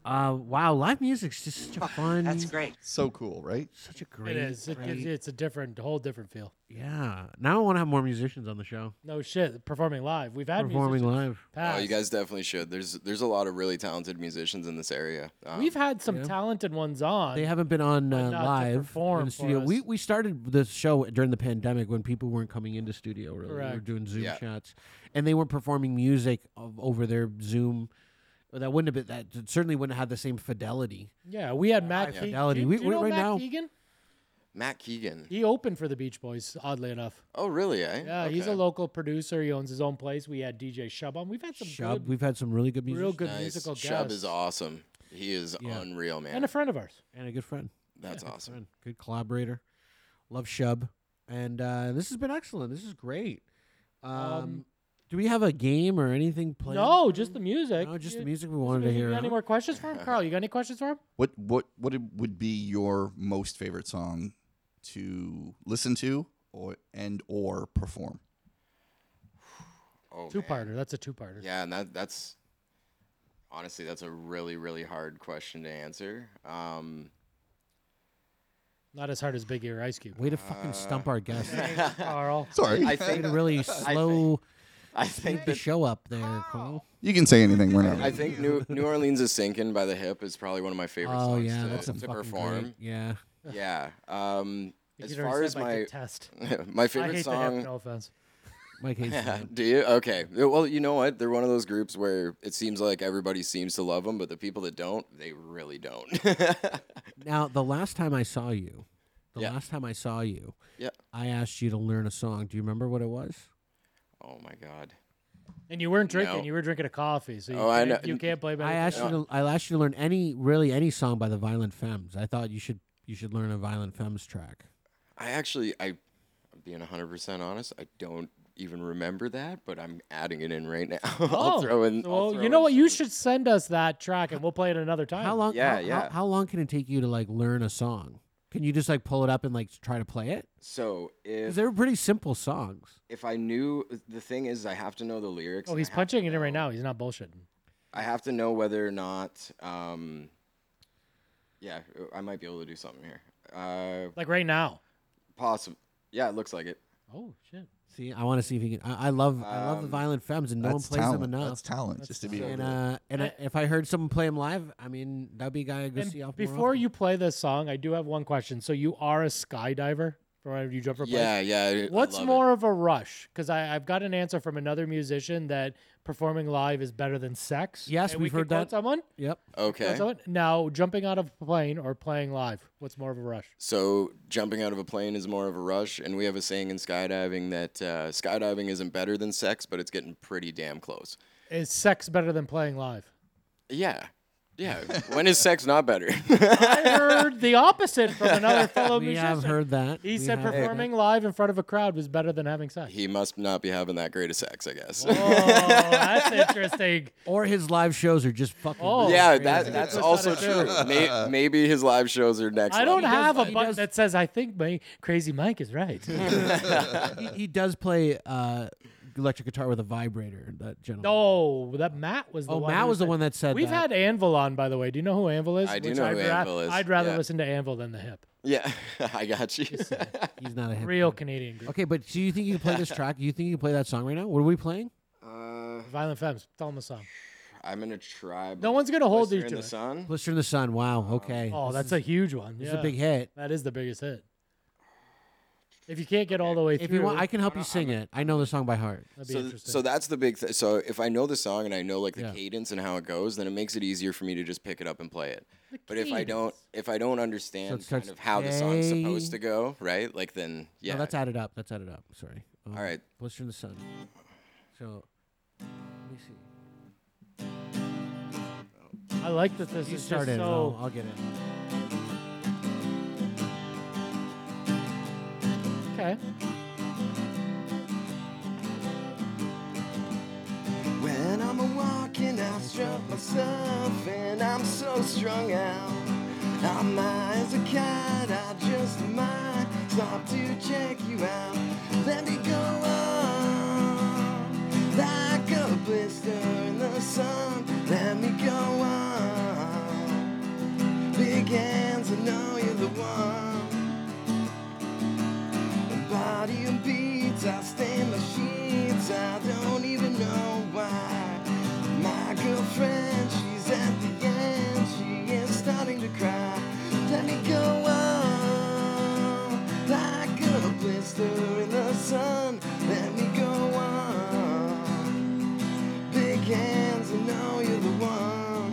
S9: Uh, wow, live music's just such a fun.
S2: That's great.
S11: So cool, right?
S9: Such a great.
S10: it is. It,
S9: great-
S10: it's, it's a different, whole different feel.
S9: yeah. Now I want to have more musicians on the show
S10: No shit. Performing live. We've had
S9: performing
S10: musicians
S9: live.
S13: Oh,
S10: Past.
S13: you guys definitely should. There's there's a lot of really talented musicians in this area. Um,
S10: We've had some
S9: Yeah.
S10: talented ones on.
S9: They haven't been on uh,
S10: not to
S9: live in
S10: perform
S9: the
S10: for
S9: studio. We
S10: us.
S9: we started the show during the pandemic when people weren't coming into studio. Really, we were
S10: Correct.
S9: doing Zoom
S13: Yeah.
S9: chats, and they were performing music of, over their Zoom. Well, That wouldn't have been that it certainly wouldn't have the same fidelity.
S10: yeah, we had Matt. Keegan.
S9: fidelity.
S10: Do you-
S9: We-
S10: do you
S9: we-
S10: know
S9: right
S10: Matt
S9: now-
S10: Keegan?
S13: Matt Keegan.
S10: He opened for the Beach Boys. Oddly enough.
S13: Oh, really? Eh?
S10: Yeah, he's a
S13: Okay.
S10: local producer. He owns his own place. We had DJ Shub on. We've had some
S9: Shub,
S10: good,
S9: we've had some really good music
S10: real good
S13: Nice.
S10: musical
S13: Chubb
S10: guests.
S13: is awesome. He is
S9: Yeah.
S13: unreal, man.
S10: And a friend of ours.
S9: and a good friend.
S13: That's
S9: Good
S13: awesome.
S9: friend, Good collaborator. Love Shub. And uh, this has been excellent. This is great. Um,
S10: Um,
S9: do we have a game or anything planned?
S10: No, just the music.
S9: No, just the
S10: You-
S9: music we wanted to
S10: You
S9: hear.
S10: got any more questions for him, Carl? You got any questions for him?
S11: What what what it- would be your most favorite song to listen to or and or perform?
S13: Oh, man.
S10: Two-parter. That's a two-parter.
S13: Yeah, and that that's honestly that's a really really hard question to answer. Um,
S10: Not as hard as Big Ear Ice Cube.
S9: Way to fucking stump our guest.
S10: Thanks, Carl.
S9: I think really slow. I think, Oh. the show up there, Carl.
S11: You can say anything. We're not.
S13: I think New New Orleans is sinking by the hip is probably one of my favorite
S9: Oh,
S13: songs
S9: yeah,
S13: to,
S9: that's a
S13: to
S9: fucking
S13: perform.
S9: great- yeah.
S13: yeah. Um,
S10: You
S13: as
S10: already
S13: far
S10: said
S13: as
S10: my
S13: my
S10: good test.
S13: my
S10: I
S13: favorite
S10: hate the hip,
S13: song,
S10: no offense.
S9: Mike hates
S13: Yeah,
S9: them.
S13: do you? Okay. Yeah, Well, you know what? They're one of those groups where it seems like everybody seems to love them, but the people that don't, they really don't.
S9: Now, the last time I saw you, the
S13: Yeah.
S9: last time I saw you,
S13: Yeah.
S9: I asked you to learn a song. Do you remember what it was?
S13: oh my god.
S10: And you weren't drinking.
S13: No.
S10: You were drinking a coffee, so you,
S13: Oh, I
S10: can't,
S13: know-
S10: you can't play by
S9: I
S10: the
S9: asked you to I asked you to learn any really any song by the Violent Femmes. I thought you should you should learn a Violent Femmes track.
S13: I actually, I, I'm being 100% honest, I don't even remember that, but I'm adding it in right now. I'll throw in. I'll
S10: Oh, Well,
S13: throw
S10: you know what? You should send us that track, and we'll play it another time.
S9: How long?
S13: Yeah,
S9: how,
S13: yeah.
S9: How, how long can it take you to like learn a song? Can you just like pull it up and like try to play it?
S13: So
S9: 'Cause
S13: if
S9: they're pretty simple songs.
S13: if I knew, the thing is, I have to know the lyrics.
S10: Oh,
S13: and
S10: he's
S13: I have-
S10: punching it in right now. He's not bullshitting.
S13: I have to know whether or not. Um, yeah, I might be able to do something here. Uh,
S10: Like right now.
S13: possible. Yeah, it looks like it.
S10: Oh shit.
S9: See, I want to see if you can. I, I love I love the
S13: Um,
S9: Violent Femmes, and no one
S11: that's
S9: plays
S11: talent.
S9: them enough.
S11: That's talent, That's just to be
S9: And
S11: able to-
S9: uh, and I, if I heard someone play them live, I mean that'd be a guy I go
S10: And
S9: see off more
S10: before
S9: often.
S10: you play this song, I do have one question. So you are a skydiver from whenever you jump for
S13: Yeah, yeah. I- I
S10: What's
S13: love it.
S10: more of a rush? Because I've got an answer from another musician that performing live is better than sex.
S9: Yes,
S10: and we
S9: we've
S10: could
S9: heard
S10: quote
S9: that.
S10: Someone.
S9: Yep.
S10: Quote
S13: Okay.
S10: someone. Now jumping out of a plane or playing live. What's more of a rush?
S13: So jumping out of a plane is more of a rush, and we have a saying in skydiving that uh, skydiving isn't better than sex, but it's getting pretty damn close.
S10: Is sex better than playing live?
S13: Yeah, yeah. when is sex not better?
S10: I heard the opposite from another fellow
S9: We
S10: musician.
S9: have heard that.
S10: He
S9: We
S10: said
S9: have heard
S10: performing live in front of a crowd was better than having sex.
S13: he must not be having that great of sex, I guess.
S10: Oh, that's interesting.
S9: that. or his live shows are just fucking.
S10: Oh,
S13: yeah,
S10: that's
S13: that, that's
S10: good.
S13: also
S10: That's not
S13: true.
S10: a
S13: May, maybe his live shows are next.
S10: I don't
S13: level.
S10: have a
S9: he
S10: button
S9: does-
S10: that says I think my crazy Mike is right.
S9: he, he does play uh, electric guitar with a vibrator. That gentleman.
S10: no, that Matt was the
S9: Oh,
S10: one.
S9: Matt
S10: who
S9: was the
S10: said-
S9: one that said
S10: We've
S9: that.
S10: had Anvil on, by the way. Do you know who Anvil is?
S13: I do
S10: Which
S13: know
S10: I'd
S13: who
S10: ra-
S13: Anvil is,
S10: I'd rather
S13: yeah.
S10: listen to Anvil than the Hip.
S13: Yeah, I got you.
S9: He's not a hip
S10: Real
S9: guy.
S10: Canadian group.
S9: Okay, but do you think you can play this track? Do you think you can play that song right now? What are we playing?
S13: Uh,
S10: Violent Femmes. Tell them a song.
S13: I'm gonna try.
S10: No one's gonna hold you
S13: Blister in
S10: to
S13: the
S10: it.
S13: sun.
S9: Blister in the Sun. Wow. Okay.
S10: Oh,
S9: This
S10: that's
S9: is-
S10: a huge one.
S9: this is
S10: yeah.
S9: a big hit.
S10: That is the biggest hit. If you can't get all the way through,
S9: If you want, I can help you sing it. I know the song by heart.
S10: that'd be
S13: So,
S10: interesting.
S13: so that's the big thing. So if I know the song and I know like the
S9: Yeah.
S13: cadence and how it goes, then it makes it easier for me to just pick it up and play it. But if I don't,
S10: cadence.
S13: if I don't understand
S9: starts
S13: kind of how the song's supposed
S9: day-
S13: to go, right? Like then, yeah.
S9: No, Oh, that's added up. That's added up. Sorry. Um,
S13: All right.
S9: Blister in the Sun. So, let me see.
S10: I like that this
S9: You
S10: is
S9: start
S10: just
S9: it. and I'll,
S10: so.
S9: I'll get it.
S10: Okay.
S2: When I'm a walking, I struck myself, and I'm so strung out. I'm high as a cat, I just might stop to check you out. Let me go on, like a blister in the sun. Let me go on, big hands, I know you're the one. Body and beats, I stain my sheets, I don't even know why. My girlfriend, she's at the end, she is starting to cry. Let me go on, like a blister in the sun. Let me go on, big hands, I know Oh, you're the one.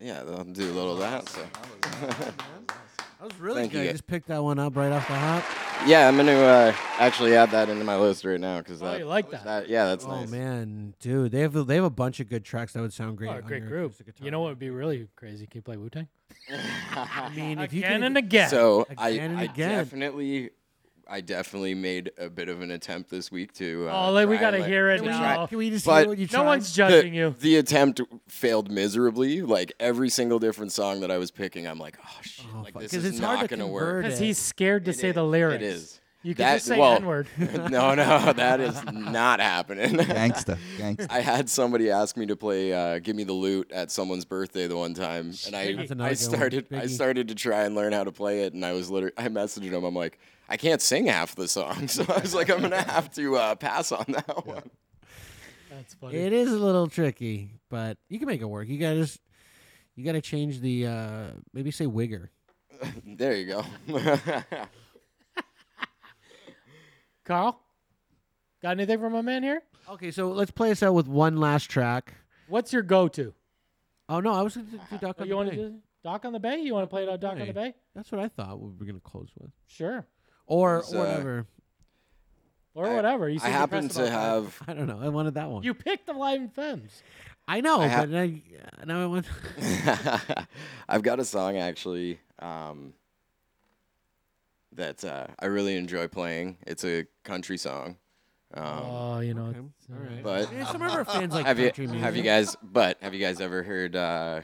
S13: Yeah, I'll do a little of that. So.
S9: That That was really
S2: Thank
S9: good.
S2: you.
S9: I just picked that one up right off the hop.
S2: Yeah, I'm gonna uh, actually add that into my list right now because that.
S10: Oh, you like that?
S2: Yeah, that's
S9: oh
S2: nice.
S9: man, dude, they have they have a bunch of good tracks that would sound great.
S10: Oh, a
S9: on
S10: great
S9: your
S10: group.
S9: acoustic guitar.
S10: You know what would be really crazy? Can you play Wu Tang?
S9: I mean, if you
S10: Again
S9: can,
S10: and again.
S2: So uh, I,
S9: Again and
S2: I
S9: again.
S2: definitely, I definitely made a bit of an attempt this week to. Uh,
S10: Oh, like, we
S2: try and,
S10: gotta
S2: like-
S10: hear it
S2: to
S10: now.
S2: try-
S10: Can we
S9: just
S2: but
S9: hear what you
S10: No one's
S2: the-
S10: judging you.
S2: The attempt failed miserably. Like every single different song that I was picking, I'm like, oh shit, like this
S9: 'Cause
S2: is
S9: it's hard
S2: not
S9: to
S2: gonna work.
S9: convert
S10: Because he's scared to say the lyrics.
S2: It is.
S10: You can
S2: That-
S10: just say
S2: well,
S10: N-word.
S2: no, no, that is not happening.
S11: Gangsta, gangsta.
S2: I had somebody ask me to play uh, "Give Me the Loot" at someone's birthday the one time, and I,
S9: That's another
S2: I
S9: good one.
S2: started I
S9: Biggie.
S2: started to try and learn how to play it, and I was literally I messaged him. I'm like, I can't sing half the song, so I was like, I'm gonna have to uh, pass on that one.
S10: That's funny.
S9: It is a little tricky, but you can make it work. You gotta just you gotta change the uh maybe say wigger.
S2: There you go.
S10: Carl, got anything from my man here?
S9: Okay, so let's play this out with one last track.
S10: What's your go-to?
S9: Oh no, I was gonna do Doc
S10: Oh,
S9: on
S10: you
S9: the
S10: want
S9: Bay.
S10: to do Dock on the Bay? You want to play it on Dock on the
S9: Bay.
S10: Bay?
S9: That's what I thought we were gonna close with.
S10: Sure.
S9: Or
S2: There's,
S9: or
S2: uh,
S9: whatever.
S10: Or whatever. You
S2: I
S10: seem
S2: happen
S10: impressed
S2: to
S10: about that.
S2: have
S9: I don't know. I wanted that one.
S10: You picked the Live Femmes.
S9: I know,
S2: I ha-
S9: but I, uh, now I want
S2: I've got a song actually um, that uh, I really enjoy playing. It's a country song. Um,
S10: Oh, you know.
S9: Okay,
S10: it's-
S9: all right.
S2: but-
S9: Yeah, some of our fans like
S2: have you
S9: country music.
S2: have you guys? But have you guys ever heard uh,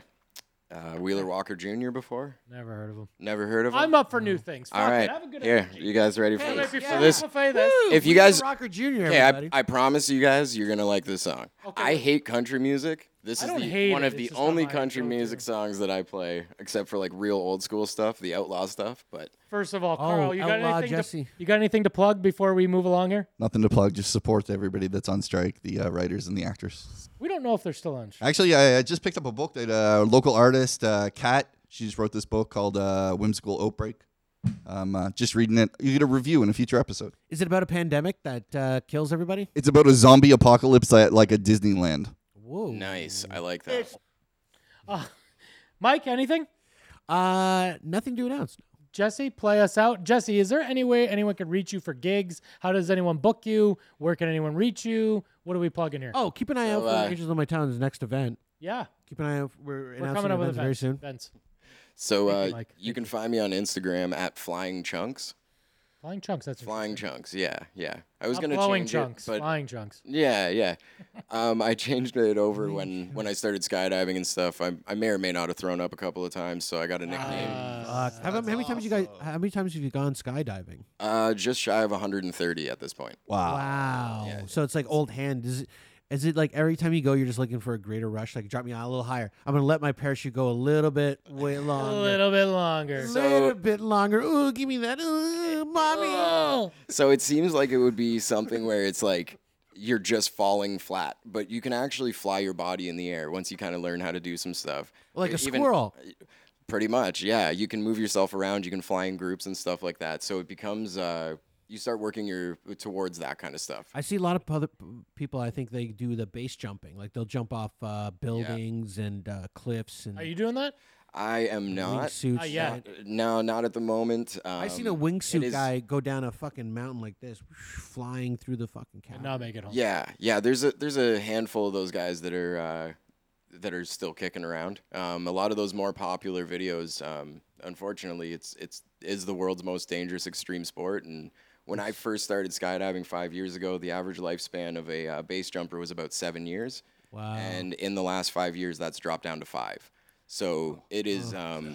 S2: uh, Wheeler Walker Jr. before?
S10: Never heard of them.
S2: Never heard of him.
S10: I'm up for new things. Fuck
S2: All
S10: it,
S2: right,
S10: Have a good
S2: here.
S10: energy.
S2: You guys ready for
S10: Hey,
S2: this?
S10: before
S2: So
S10: we
S2: this
S10: buffet this,
S2: if you
S9: Wheeler
S2: guys-
S9: Rocker Jr.
S2: Okay, I,
S9: everybody.
S2: I promise you guys, you're gonna like this song. I hate country music. This
S10: I
S2: is
S10: don't
S2: the-
S10: hate
S2: one
S10: it,
S2: of
S10: it's
S2: the
S10: just not
S2: only
S10: my
S2: country
S10: go-to.
S2: music songs that I play, except for like real old school stuff, the outlaw stuff. But
S10: First of all, Carl, you got
S9: Outlaw
S10: anything?
S9: Oh, Jesse.
S10: To, you got anything to plug before we move along here?
S11: Nothing to plug. Just support everybody that's on strike, the uh, writers and the actors.
S10: We don't know if they're still on. sh-
S11: Actually, I, I just picked up a book that uh, local artist uh, Kat. She just wrote this book called uh, "Whimsical Outbreak." Um, uh, just reading it. You get a review in a future episode.
S9: Is it about a pandemic that uh, kills everybody?
S11: It's about a zombie apocalypse at like a Disneyland.
S9: Whoa.
S2: nice, I like that.
S10: Mike, anything?
S9: Uh, nothing to announce.
S10: Jesse, play us out. Jesse, is there any way anyone could reach you for gigs? How does anyone book you? Where can anyone reach you? What are we plugging here?
S9: Oh, keep an eye out
S2: So,
S9: for
S2: uh,
S9: Angels on My Town's next event.
S10: yeah,
S9: Keep an eye out. We're
S10: we're
S9: announcing
S10: coming up with
S9: events very
S10: events.
S9: soon.
S10: events.
S2: So
S10: Thank you,
S2: uh,
S10: Mike.
S2: you can find me on Instagram at flying chunks.
S10: Flying chunks. That's
S2: Flying chunks, yeah, yeah. I was
S10: Not
S2: gonna
S10: blowing
S2: change
S10: Uh, chunks.
S2: it, but
S10: flying chunks.
S2: Yeah, yeah. Um, I changed it over when, when I started skydiving and stuff. I, I may or may not have thrown up a couple of times, so I got a nickname.
S10: Uh.
S9: Fuck. Uh, how, how many times you guys? How many times have you gone skydiving?
S2: Uh, just shy of 130 at this point.
S11: Wow.
S9: Wow. So it's like old hand. Is it? Is it like every time you go, you're just looking for a greater rush? Like drop me out a little higher. I'm gonna let my parachute go a little bit way
S10: A
S9: longer.
S10: little bit longer.
S9: Little bit longer. Ooh, give me that. Ooh, mommy.
S2: So it seems like it would be something where it's like you're just falling flat, but you can actually fly your body in the air once you kind of learn how to do some stuff.
S9: Like a
S2: E Even-
S9: squirrel.
S2: Pretty much, yeah. You can move yourself around. You can fly in groups and stuff like that. So it becomes uh, you start working your towards that kind of stuff.
S9: I see a lot of other p- people. I think they do the base jumping. Like they'll jump off uh, buildings and uh, cliffs and
S10: Are you doing that?
S2: I am not.
S9: wingsuits.
S10: Not yet.
S2: Uh, No, not at the moment. Um,
S9: I seen a
S2: it
S9: wingsuit
S2: is-
S9: guy go down a fucking mountain like this, flying through the fucking
S10: And
S9: cabin.
S10: not make it home.
S2: Yeah, yeah. There's a there's a handful of those guys that are uh, that are still kicking around. Um, a lot of those more popular videos, um, unfortunately, it's it's is the world's most dangerous extreme sport. And when I first started skydiving five years ago, the average lifespan of a uh, base jumper was about seven years.
S9: Wow.
S2: And in the last five years, that's dropped down to five. So it is. Um,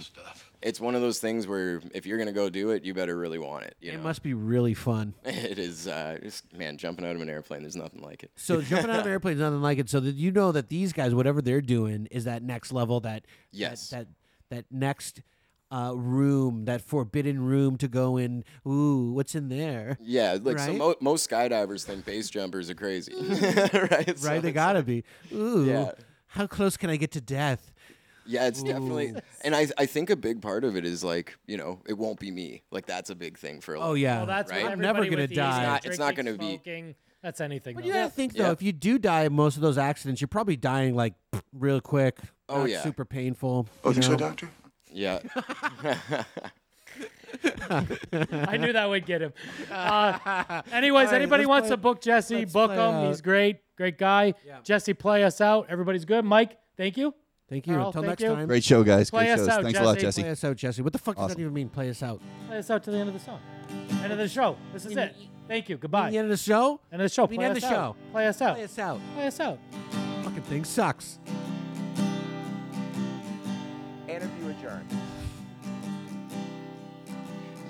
S2: it's one of those things where if you're gonna go do it, you better really want it. You
S9: it
S2: know,
S9: must be really fun.
S2: it is. Uh, just, man, jumping out of an airplane, there's nothing like it.
S9: So jumping out of airplanes, nothing like it. So that you know that these guys, whatever they're doing, is that next level. That that-
S2: Yes.
S9: That that, next uh, room, that forbidden room to go in. Ooh, what's in there?
S2: Yeah, like so
S9: Right?
S2: mo- most skydivers think base jumpers are crazy, right? So
S9: Right, they
S2: it's
S9: gotta
S2: like-
S9: be. Ooh,
S2: Yeah.
S9: how close can I get to death?
S2: Yeah, it's definitely, and I I think a big part of it is like you know it won't be me. Like that's a big thing for. a lot
S9: Oh
S2: of
S9: yeah,
S10: Well, that's
S2: Right.
S10: what
S9: I'm never
S10: everybody
S9: gonna
S10: with the easy
S9: die.
S2: It's not- it's
S10: drinking,
S2: not gonna be-
S10: smoking, That's anything.
S9: But
S10: though.
S9: you gotta think though,
S2: Yeah.
S9: if you do die in most of those accidents, you're probably dying like real quick.
S2: Oh,
S9: not
S2: yeah.
S9: super painful.
S14: Oh,
S9: you
S14: you
S9: know?
S14: so, Doctor?
S2: people. Yeah.
S10: I knew that would get him. Uh, anyways, anybody wants to book Jesse, book him.
S9: uh,
S10: He's great, great guy. Jesse, play us out. Everybody's good. Mike, thank you.
S9: Thank you.
S10: Carl,
S9: Until
S10: thank
S9: next
S10: you.
S9: time.
S11: Great show, guys.
S10: Play
S11: Great
S10: us
S11: shows.
S10: out,
S11: Thanks a lot,
S10: Jesse.
S11: Jesse.
S9: Play us out, Jesse. What the fuck does
S11: Awesome.
S9: that even mean? Play us out.
S10: Play us out to the end of the song. End of the show. This is
S9: You mean-
S10: it. Thank you. Goodbye.
S9: You mean the end of the show?
S10: End of the show.
S9: You mean
S10: Play
S9: end
S10: us
S9: of the
S10: out.
S9: show?
S10: Play us out.
S9: Play us out.
S10: Play us out.
S9: Fucking thing sucks.
S2: Interview adjourned.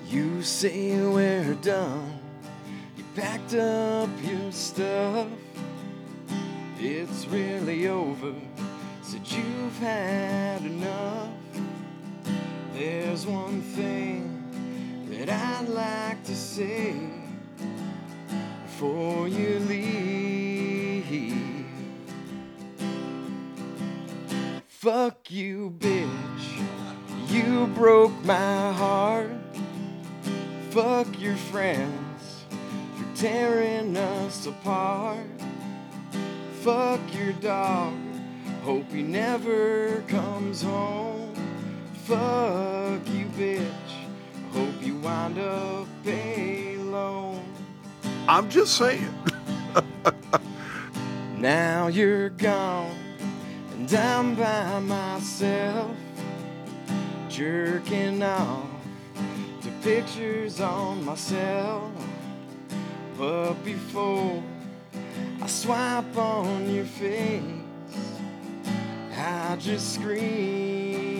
S13: You say we're done.
S2: You packed up your stuff. It's really over. Said you've had enough. There's one thing that I'd like to say before you leave. Fuck you, bitch. You broke my heart. Fuck your friends for tearing us apart. Fuck your dog. Hope he never comes home. Fuck you, bitch. Hope you wind up alone.
S3: I'm just saying.
S2: Now you're gone, and I'm by myself, jerking off to pictures on myself. But before I swipe on your face, I just scream.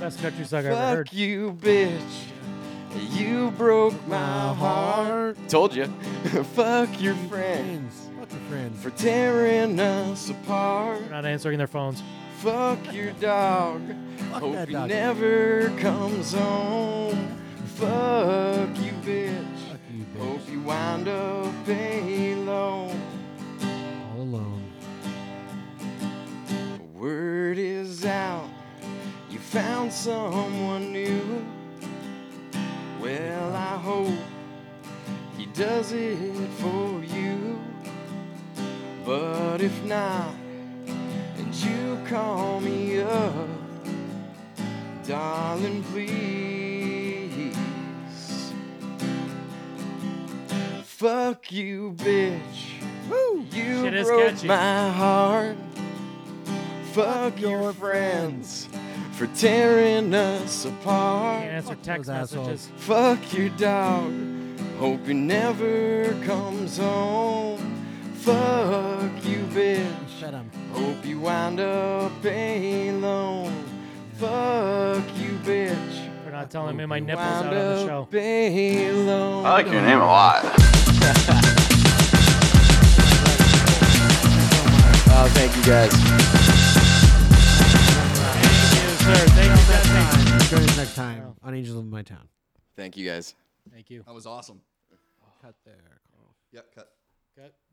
S10: Best country song I ever heard.
S2: Fuck you, bitch. You broke my heart. Told you. Fuck your friends.
S9: Fuck your friends.
S2: For tearing us apart.
S10: They're not answering their phones.
S2: Fuck your dog. Hope
S10: that
S2: he
S10: dog.
S2: never comes home. Fuck you, bitch. Hope you wind up alone.
S9: All alone.
S2: Word is out. You found someone new. Well, I hope he does it for you. But if not, and you call me up, darling, please. Fuck you, bitch. You
S10: Shit is
S2: broke
S10: catchy.
S2: my heart. Fuck your friends for tearing us apart.
S10: Can't answer text
S2: those
S10: messages.
S2: Fuck your dog. Hope he never comes home. Fuck you, bitch.
S9: Shut him.
S2: Hope you wind up alone. Fuck you, bitch.
S10: They're not telling me my
S2: You
S10: nipples
S2: wind
S10: out on the show.
S2: up alone.
S10: I like your name a lot.
S2: oh, thank you guys.
S9: Join us next time on Angels of My Town.
S13: Thank you guys.
S10: Thank you.
S11: That was awesome.
S9: Cut there.
S11: Yep, cut.
S10: Cut.